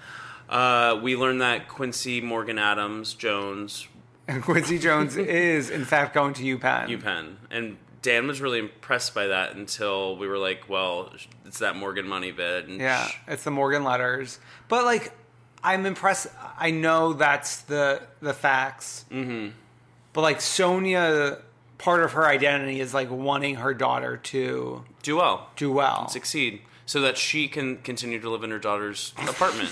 Speaker 2: Uh, we learned that Quincy Morgan Adams Jones
Speaker 3: And Quincy Jones is in fact going to UPenn.
Speaker 2: UPenn, and Dan was really impressed by that until we were like, "Well, it's that Morgan money bit." And
Speaker 3: Yeah, it's the Morgan letters. But like, I'm impressed. I know that's the the facts. Mm-hmm. But like, Sonia, part of her identity is like wanting her daughter to
Speaker 2: do well,
Speaker 3: do well.
Speaker 2: succeed, so that she can continue to live in her daughter's apartment,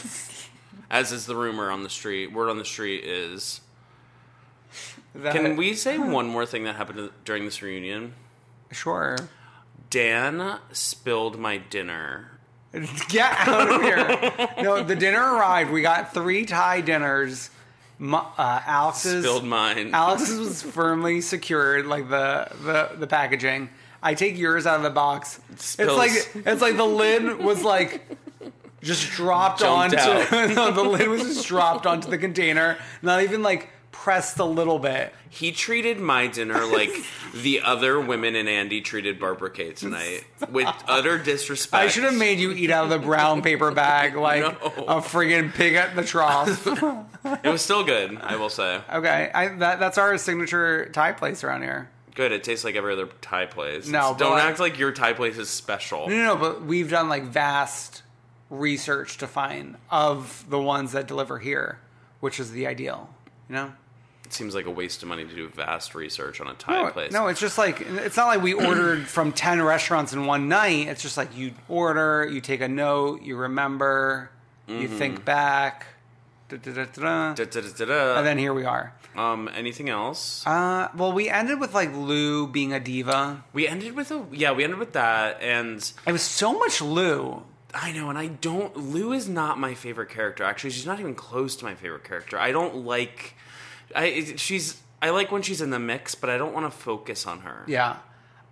Speaker 2: as is the rumor on the street. Word on the street is.
Speaker 3: That-
Speaker 2: Can we say one more thing that happened during this reunion?
Speaker 3: Sure.
Speaker 2: Dan spilled my dinner.
Speaker 3: Get out of here. no, the dinner arrived. We got three Thai dinners. Mu- Uh, Alex's
Speaker 2: Spilled mine.
Speaker 3: Alex's was firmly secured, like the, the the packaging. I take yours out of the box.
Speaker 2: Spills.
Speaker 3: It's like it's like the lid was like just dropped
Speaker 2: Jumped
Speaker 3: onto no, the lid was just dropped onto the container, not even like pressed a little bit.
Speaker 2: He treated my dinner like the other women and Andy treated Barbara Kate tonight, with utter disrespect.
Speaker 3: I should have made you eat out of the brown paper bag like
Speaker 2: No.
Speaker 3: a friggin' pig at the trough.
Speaker 2: It was still good, I will say.
Speaker 3: okay, I, that, that's our signature Thai place around here.
Speaker 2: Good. It tastes like every other Thai place.
Speaker 3: No,
Speaker 2: don't
Speaker 3: but-
Speaker 2: act like your Thai place is special.
Speaker 3: No, no, no, but we've done like vast research to find of the ones that deliver here, which is the ideal. You know,
Speaker 2: It seems like a waste of money to do vast research on a Thai
Speaker 3: no,
Speaker 2: place.
Speaker 3: no, it's just like it's not like we ordered from ten restaurants in one night. It's just like you order, you take a note, you remember, you think back, da, da, da, da, da,
Speaker 2: Da-da-da-da-da.
Speaker 3: and then here we are.
Speaker 2: um, anything else?
Speaker 3: Uh, well, we ended with like Lou being a diva.
Speaker 2: we ended with a yeah. We ended with that, and
Speaker 3: It was so much Lou.
Speaker 2: I know, and I don't. Lou is not my favorite character. Actually, she's not even close to my favorite character. I don't like. I it- she's. I like when she's in the mix, but I don't want to focus on her.
Speaker 3: Yeah.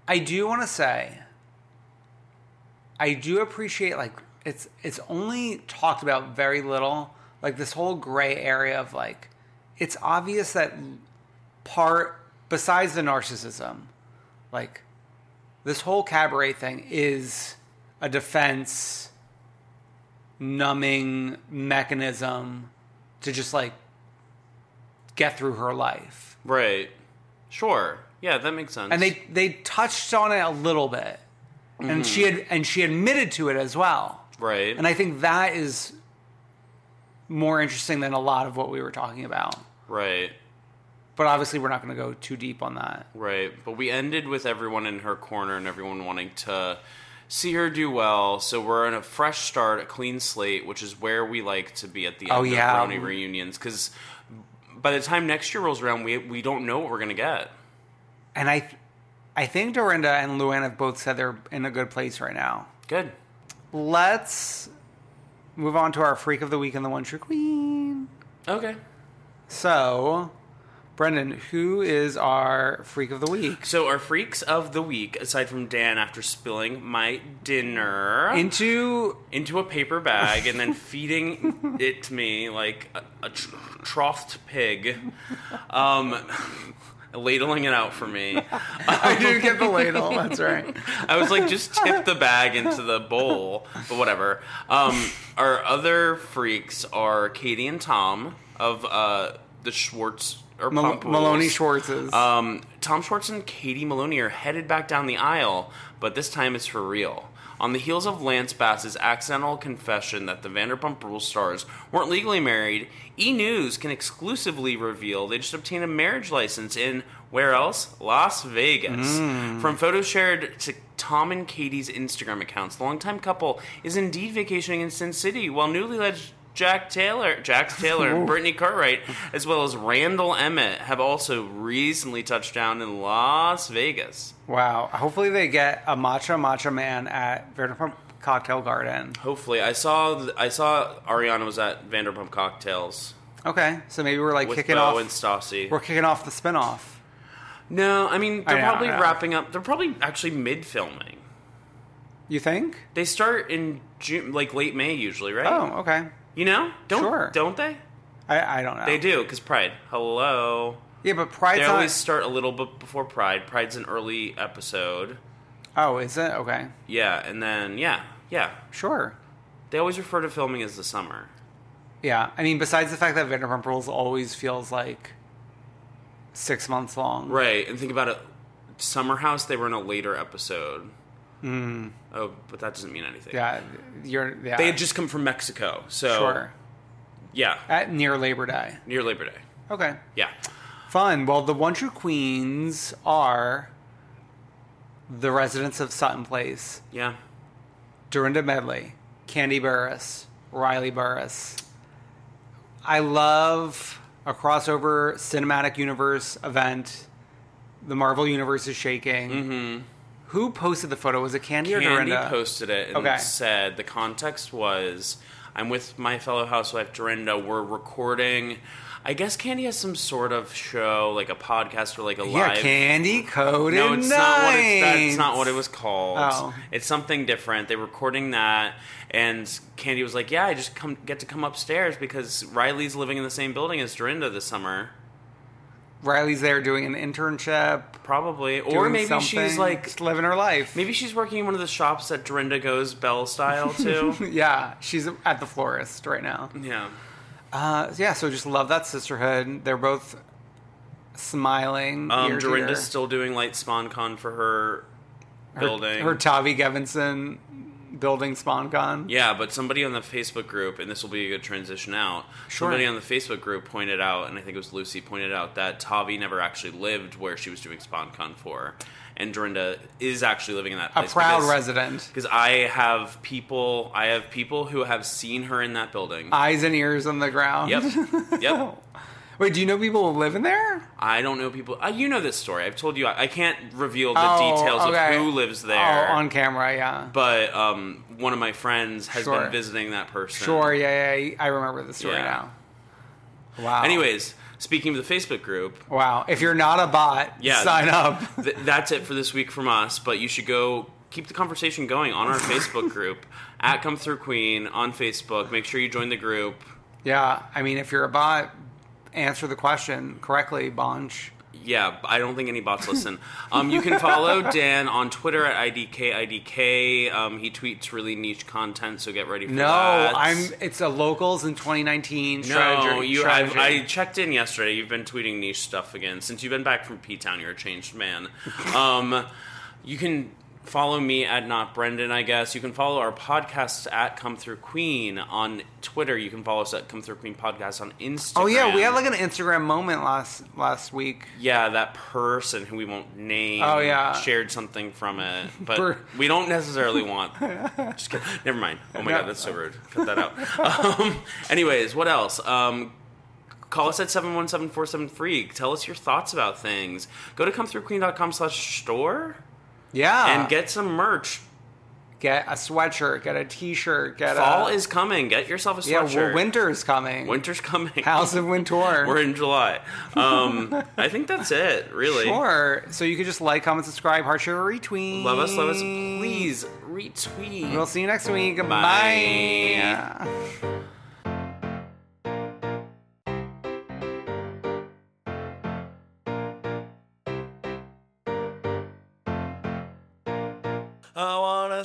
Speaker 3: I do want to say I do appreciate like it's it's only talked about very little like this whole gray area of like it's obvious that part besides the narcissism like this whole cabaret thing is a defense numbing mechanism to just like get through her life
Speaker 2: Right. Sure. Yeah, that makes sense.
Speaker 3: and they they touched on it a little bit and she had and she admitted to it as well
Speaker 2: right.
Speaker 3: and i think that is more interesting than a lot of what we were talking about
Speaker 2: right.
Speaker 3: but obviously we're not going to go too deep on that
Speaker 2: Right. But we ended with everyone in her corner and everyone wanting to see her do well. So we're in a fresh start, a clean slate, which is where we like to be at the end
Speaker 3: Oh,
Speaker 2: of
Speaker 3: yeah.
Speaker 2: brownie reunions. Because by the time next year rolls around, we we don't know what we're gonna get.
Speaker 3: and i i think dorinda and luann have both said they're in a good place right now
Speaker 2: Good.
Speaker 3: let's move on to our freak of the week and the one true queen
Speaker 2: Okay.
Speaker 3: so brendan who is our freak of the week
Speaker 2: So our freaks of the week, aside from Dan after spilling my dinner
Speaker 3: into
Speaker 2: into a paper bag and then feeding it to me like a, a tr- troughed pig, um, ladling it out for me.
Speaker 3: i didn't get the ladle that's right
Speaker 2: I was like, just tip the bag into the bowl, but whatever. Um, our other freaks are Katie and Tom of uh, the Schwartz or
Speaker 3: Mal-
Speaker 2: Pump Rules.
Speaker 3: Maloney Schwartz's.
Speaker 2: Um, Tom Schwartz and Katie Maloney are headed back down the aisle, but this time it's for real. on the heels of Lance Bass's accidental confession that the Vanderpump Rules stars weren't legally married, E News can exclusively reveal they just obtained a marriage license in where else? Las Vegas. From photos shared to Tom and Katie's Instagram accounts, the longtime couple is indeed vacationing in Sin City, while newlyweds Jack Taylor, Jack Taylor, and Brittany Cartwright, as well as Randall Emmett, have also recently touched down in Las Vegas.
Speaker 3: Wow. Hopefully they get a matcha matcha man at Vanderpump Cocktail Garden.
Speaker 2: Hopefully, I saw th- I saw Ariana was at Vanderpump Cocktails
Speaker 3: Okay, so maybe we're like
Speaker 2: with
Speaker 3: kicking
Speaker 2: Bo
Speaker 3: off.
Speaker 2: and Stassi.
Speaker 3: we're kicking off the spinoff.
Speaker 2: No, I mean they're
Speaker 3: I know,
Speaker 2: probably
Speaker 3: I know.
Speaker 2: wrapping up. They're probably actually mid filming.
Speaker 3: You think?
Speaker 2: They start in June, like late May usually, right?
Speaker 3: Oh, okay.
Speaker 2: you know, don't
Speaker 3: Sure.
Speaker 2: don't they?
Speaker 3: I, I don't know.
Speaker 2: They do because Pride. Hello,
Speaker 3: Yeah, but Pride's
Speaker 2: they
Speaker 3: not.
Speaker 2: always start a little bit before Pride. Pride's an early episode.
Speaker 3: Oh, is it? Okay.
Speaker 2: Yeah, and then yeah, yeah.
Speaker 3: Sure.
Speaker 2: They always refer to filming as the summer.
Speaker 3: Yeah. I mean, besides the fact that Vanderpump Rules always feels like six months long.
Speaker 2: Right, and think about it. Summer House, they were in a later episode. Mm. Oh, but that doesn't mean anything.
Speaker 3: Hmm. Yeah. You're. Yeah.
Speaker 2: They had just come from Mexico, so
Speaker 3: Sure.
Speaker 2: yeah,
Speaker 3: At near Labor Day.
Speaker 2: near Labor Day.
Speaker 3: Okay.
Speaker 2: Yeah,
Speaker 3: Fun. Well, the One True Queens are the residents of Sutton Place.
Speaker 2: yeah.
Speaker 3: Dorinda Medley, Candy Burris, Riley Burris. I love a crossover cinematic universe event. The Marvel universe is shaking. Mm-hmm. Who posted the photo? Was it Candy, or
Speaker 2: Candy
Speaker 3: Dorinda?
Speaker 2: posted it and
Speaker 3: uh, Okay.
Speaker 2: said the context was I'm with my fellow housewife Dorinda. We're recording. I guess Candy has some sort of show, like a podcast or like a
Speaker 3: yeah,
Speaker 2: live.
Speaker 3: Candy Code.
Speaker 2: No,
Speaker 3: and
Speaker 2: it's not what it's,
Speaker 3: Nines.
Speaker 2: that's not what it was called.
Speaker 3: Oh.
Speaker 2: It's something different. They were recording that, and Candy was like, "Yeah, I just come get to come upstairs because Riley's living in the same building as Dorinda this summer,
Speaker 3: Riley's there doing an internship,
Speaker 2: probably, or
Speaker 3: doing
Speaker 2: maybe she's
Speaker 3: something,
Speaker 2: like,
Speaker 3: just living her life.
Speaker 2: maybe she's working in one of the shops that Dorinda goes Bell style to.
Speaker 3: yeah, she's at the florist right now.
Speaker 2: yeah,
Speaker 3: Uh, yeah, so just love that sisterhood. They're both smiling. ear
Speaker 2: um,
Speaker 3: to
Speaker 2: Dorinda's
Speaker 3: ear.
Speaker 2: still doing Light SpawnCon for her building.
Speaker 3: Her Tavi Gevinson building SpawnCon.
Speaker 2: Yeah, but somebody on the Facebook group, and this will be a good transition out.
Speaker 3: Sure.
Speaker 2: Somebody on the Facebook group pointed out, and I think it was Lucy pointed out that Tavi never actually lived where she was doing SponCon for, and Dorinda is actually living in that
Speaker 3: A
Speaker 2: place.
Speaker 3: proud
Speaker 2: because,
Speaker 3: resident.
Speaker 2: Because I have people, I have people who have seen her in that building.
Speaker 3: Eyes and ears on the ground.
Speaker 2: yep, yep.
Speaker 3: Wait, do you know people who live in there?
Speaker 2: I don't know people. Uh, you know this story. I've told you. I, I can't reveal the
Speaker 3: Oh,
Speaker 2: details
Speaker 3: okay.
Speaker 2: of who lives there.
Speaker 3: Oh, on camera, yeah.
Speaker 2: but um, one of my friends has
Speaker 3: Sure.
Speaker 2: been visiting that person.
Speaker 3: Sure, yeah, yeah, yeah. I remember the story
Speaker 2: Yeah.
Speaker 3: now. Wow.
Speaker 2: Anyways, speaking of the Facebook group,
Speaker 3: Wow. If you're not a bot,
Speaker 2: Yeah.
Speaker 3: sign up.
Speaker 2: Th- that's it for this week from us, but you should go keep the conversation going on our Facebook group at Come Through Queen on Facebook. Make sure you join the group.
Speaker 3: yeah, I mean, if you're a bot, answer the question correctly, Bonch.
Speaker 2: Yeah, I don't think any bots listen. Um, you can follow Dan on Twitter at IDKIDK. Um, he tweets really niche content, so get ready for
Speaker 3: No,
Speaker 2: that.
Speaker 3: I'm. It's a locals in 2019
Speaker 2: No,
Speaker 3: strategy.
Speaker 2: you. I've,
Speaker 3: strategy.
Speaker 2: I checked in yesterday. You've been tweeting niche stuff again since you've been back from P Town. You're a changed man. um, you can follow me at not Brendan. I guess you can follow our podcast at Come Through Queen on Twitter. You can follow us at Come Through Queen Podcast on Instagram.
Speaker 3: Oh yeah, we had like an Instagram moment last last week.
Speaker 2: yeah that person who we won't name.
Speaker 3: Oh, yeah.
Speaker 2: shared something from it, but
Speaker 3: Bur-
Speaker 2: we don't necessarily want. just kidding. Never mind. Oh my
Speaker 3: No.
Speaker 2: god, that's so rude. Cut that out. um, anyways, what else? Um, Call us at 717-473. Tell us your thoughts about things. Go to comethroughqueen.com slash store
Speaker 3: Yeah,
Speaker 2: and get some merch.
Speaker 3: get a sweatshirt, get a t-shirt, get
Speaker 2: Fall
Speaker 3: a
Speaker 2: is coming. Get yourself a
Speaker 3: yeah.
Speaker 2: sweatshirt.
Speaker 3: Well, winter's coming.
Speaker 2: Winter's coming.
Speaker 3: House of Winter.
Speaker 2: We're in July. Um, I think that's it, really.
Speaker 3: Sure. So you could just like, comment, subscribe, heart share, retweet.
Speaker 2: Love us, love us. Please retweet.
Speaker 3: We'll see you next week.
Speaker 2: Bye.
Speaker 3: Bye.
Speaker 5: I wanna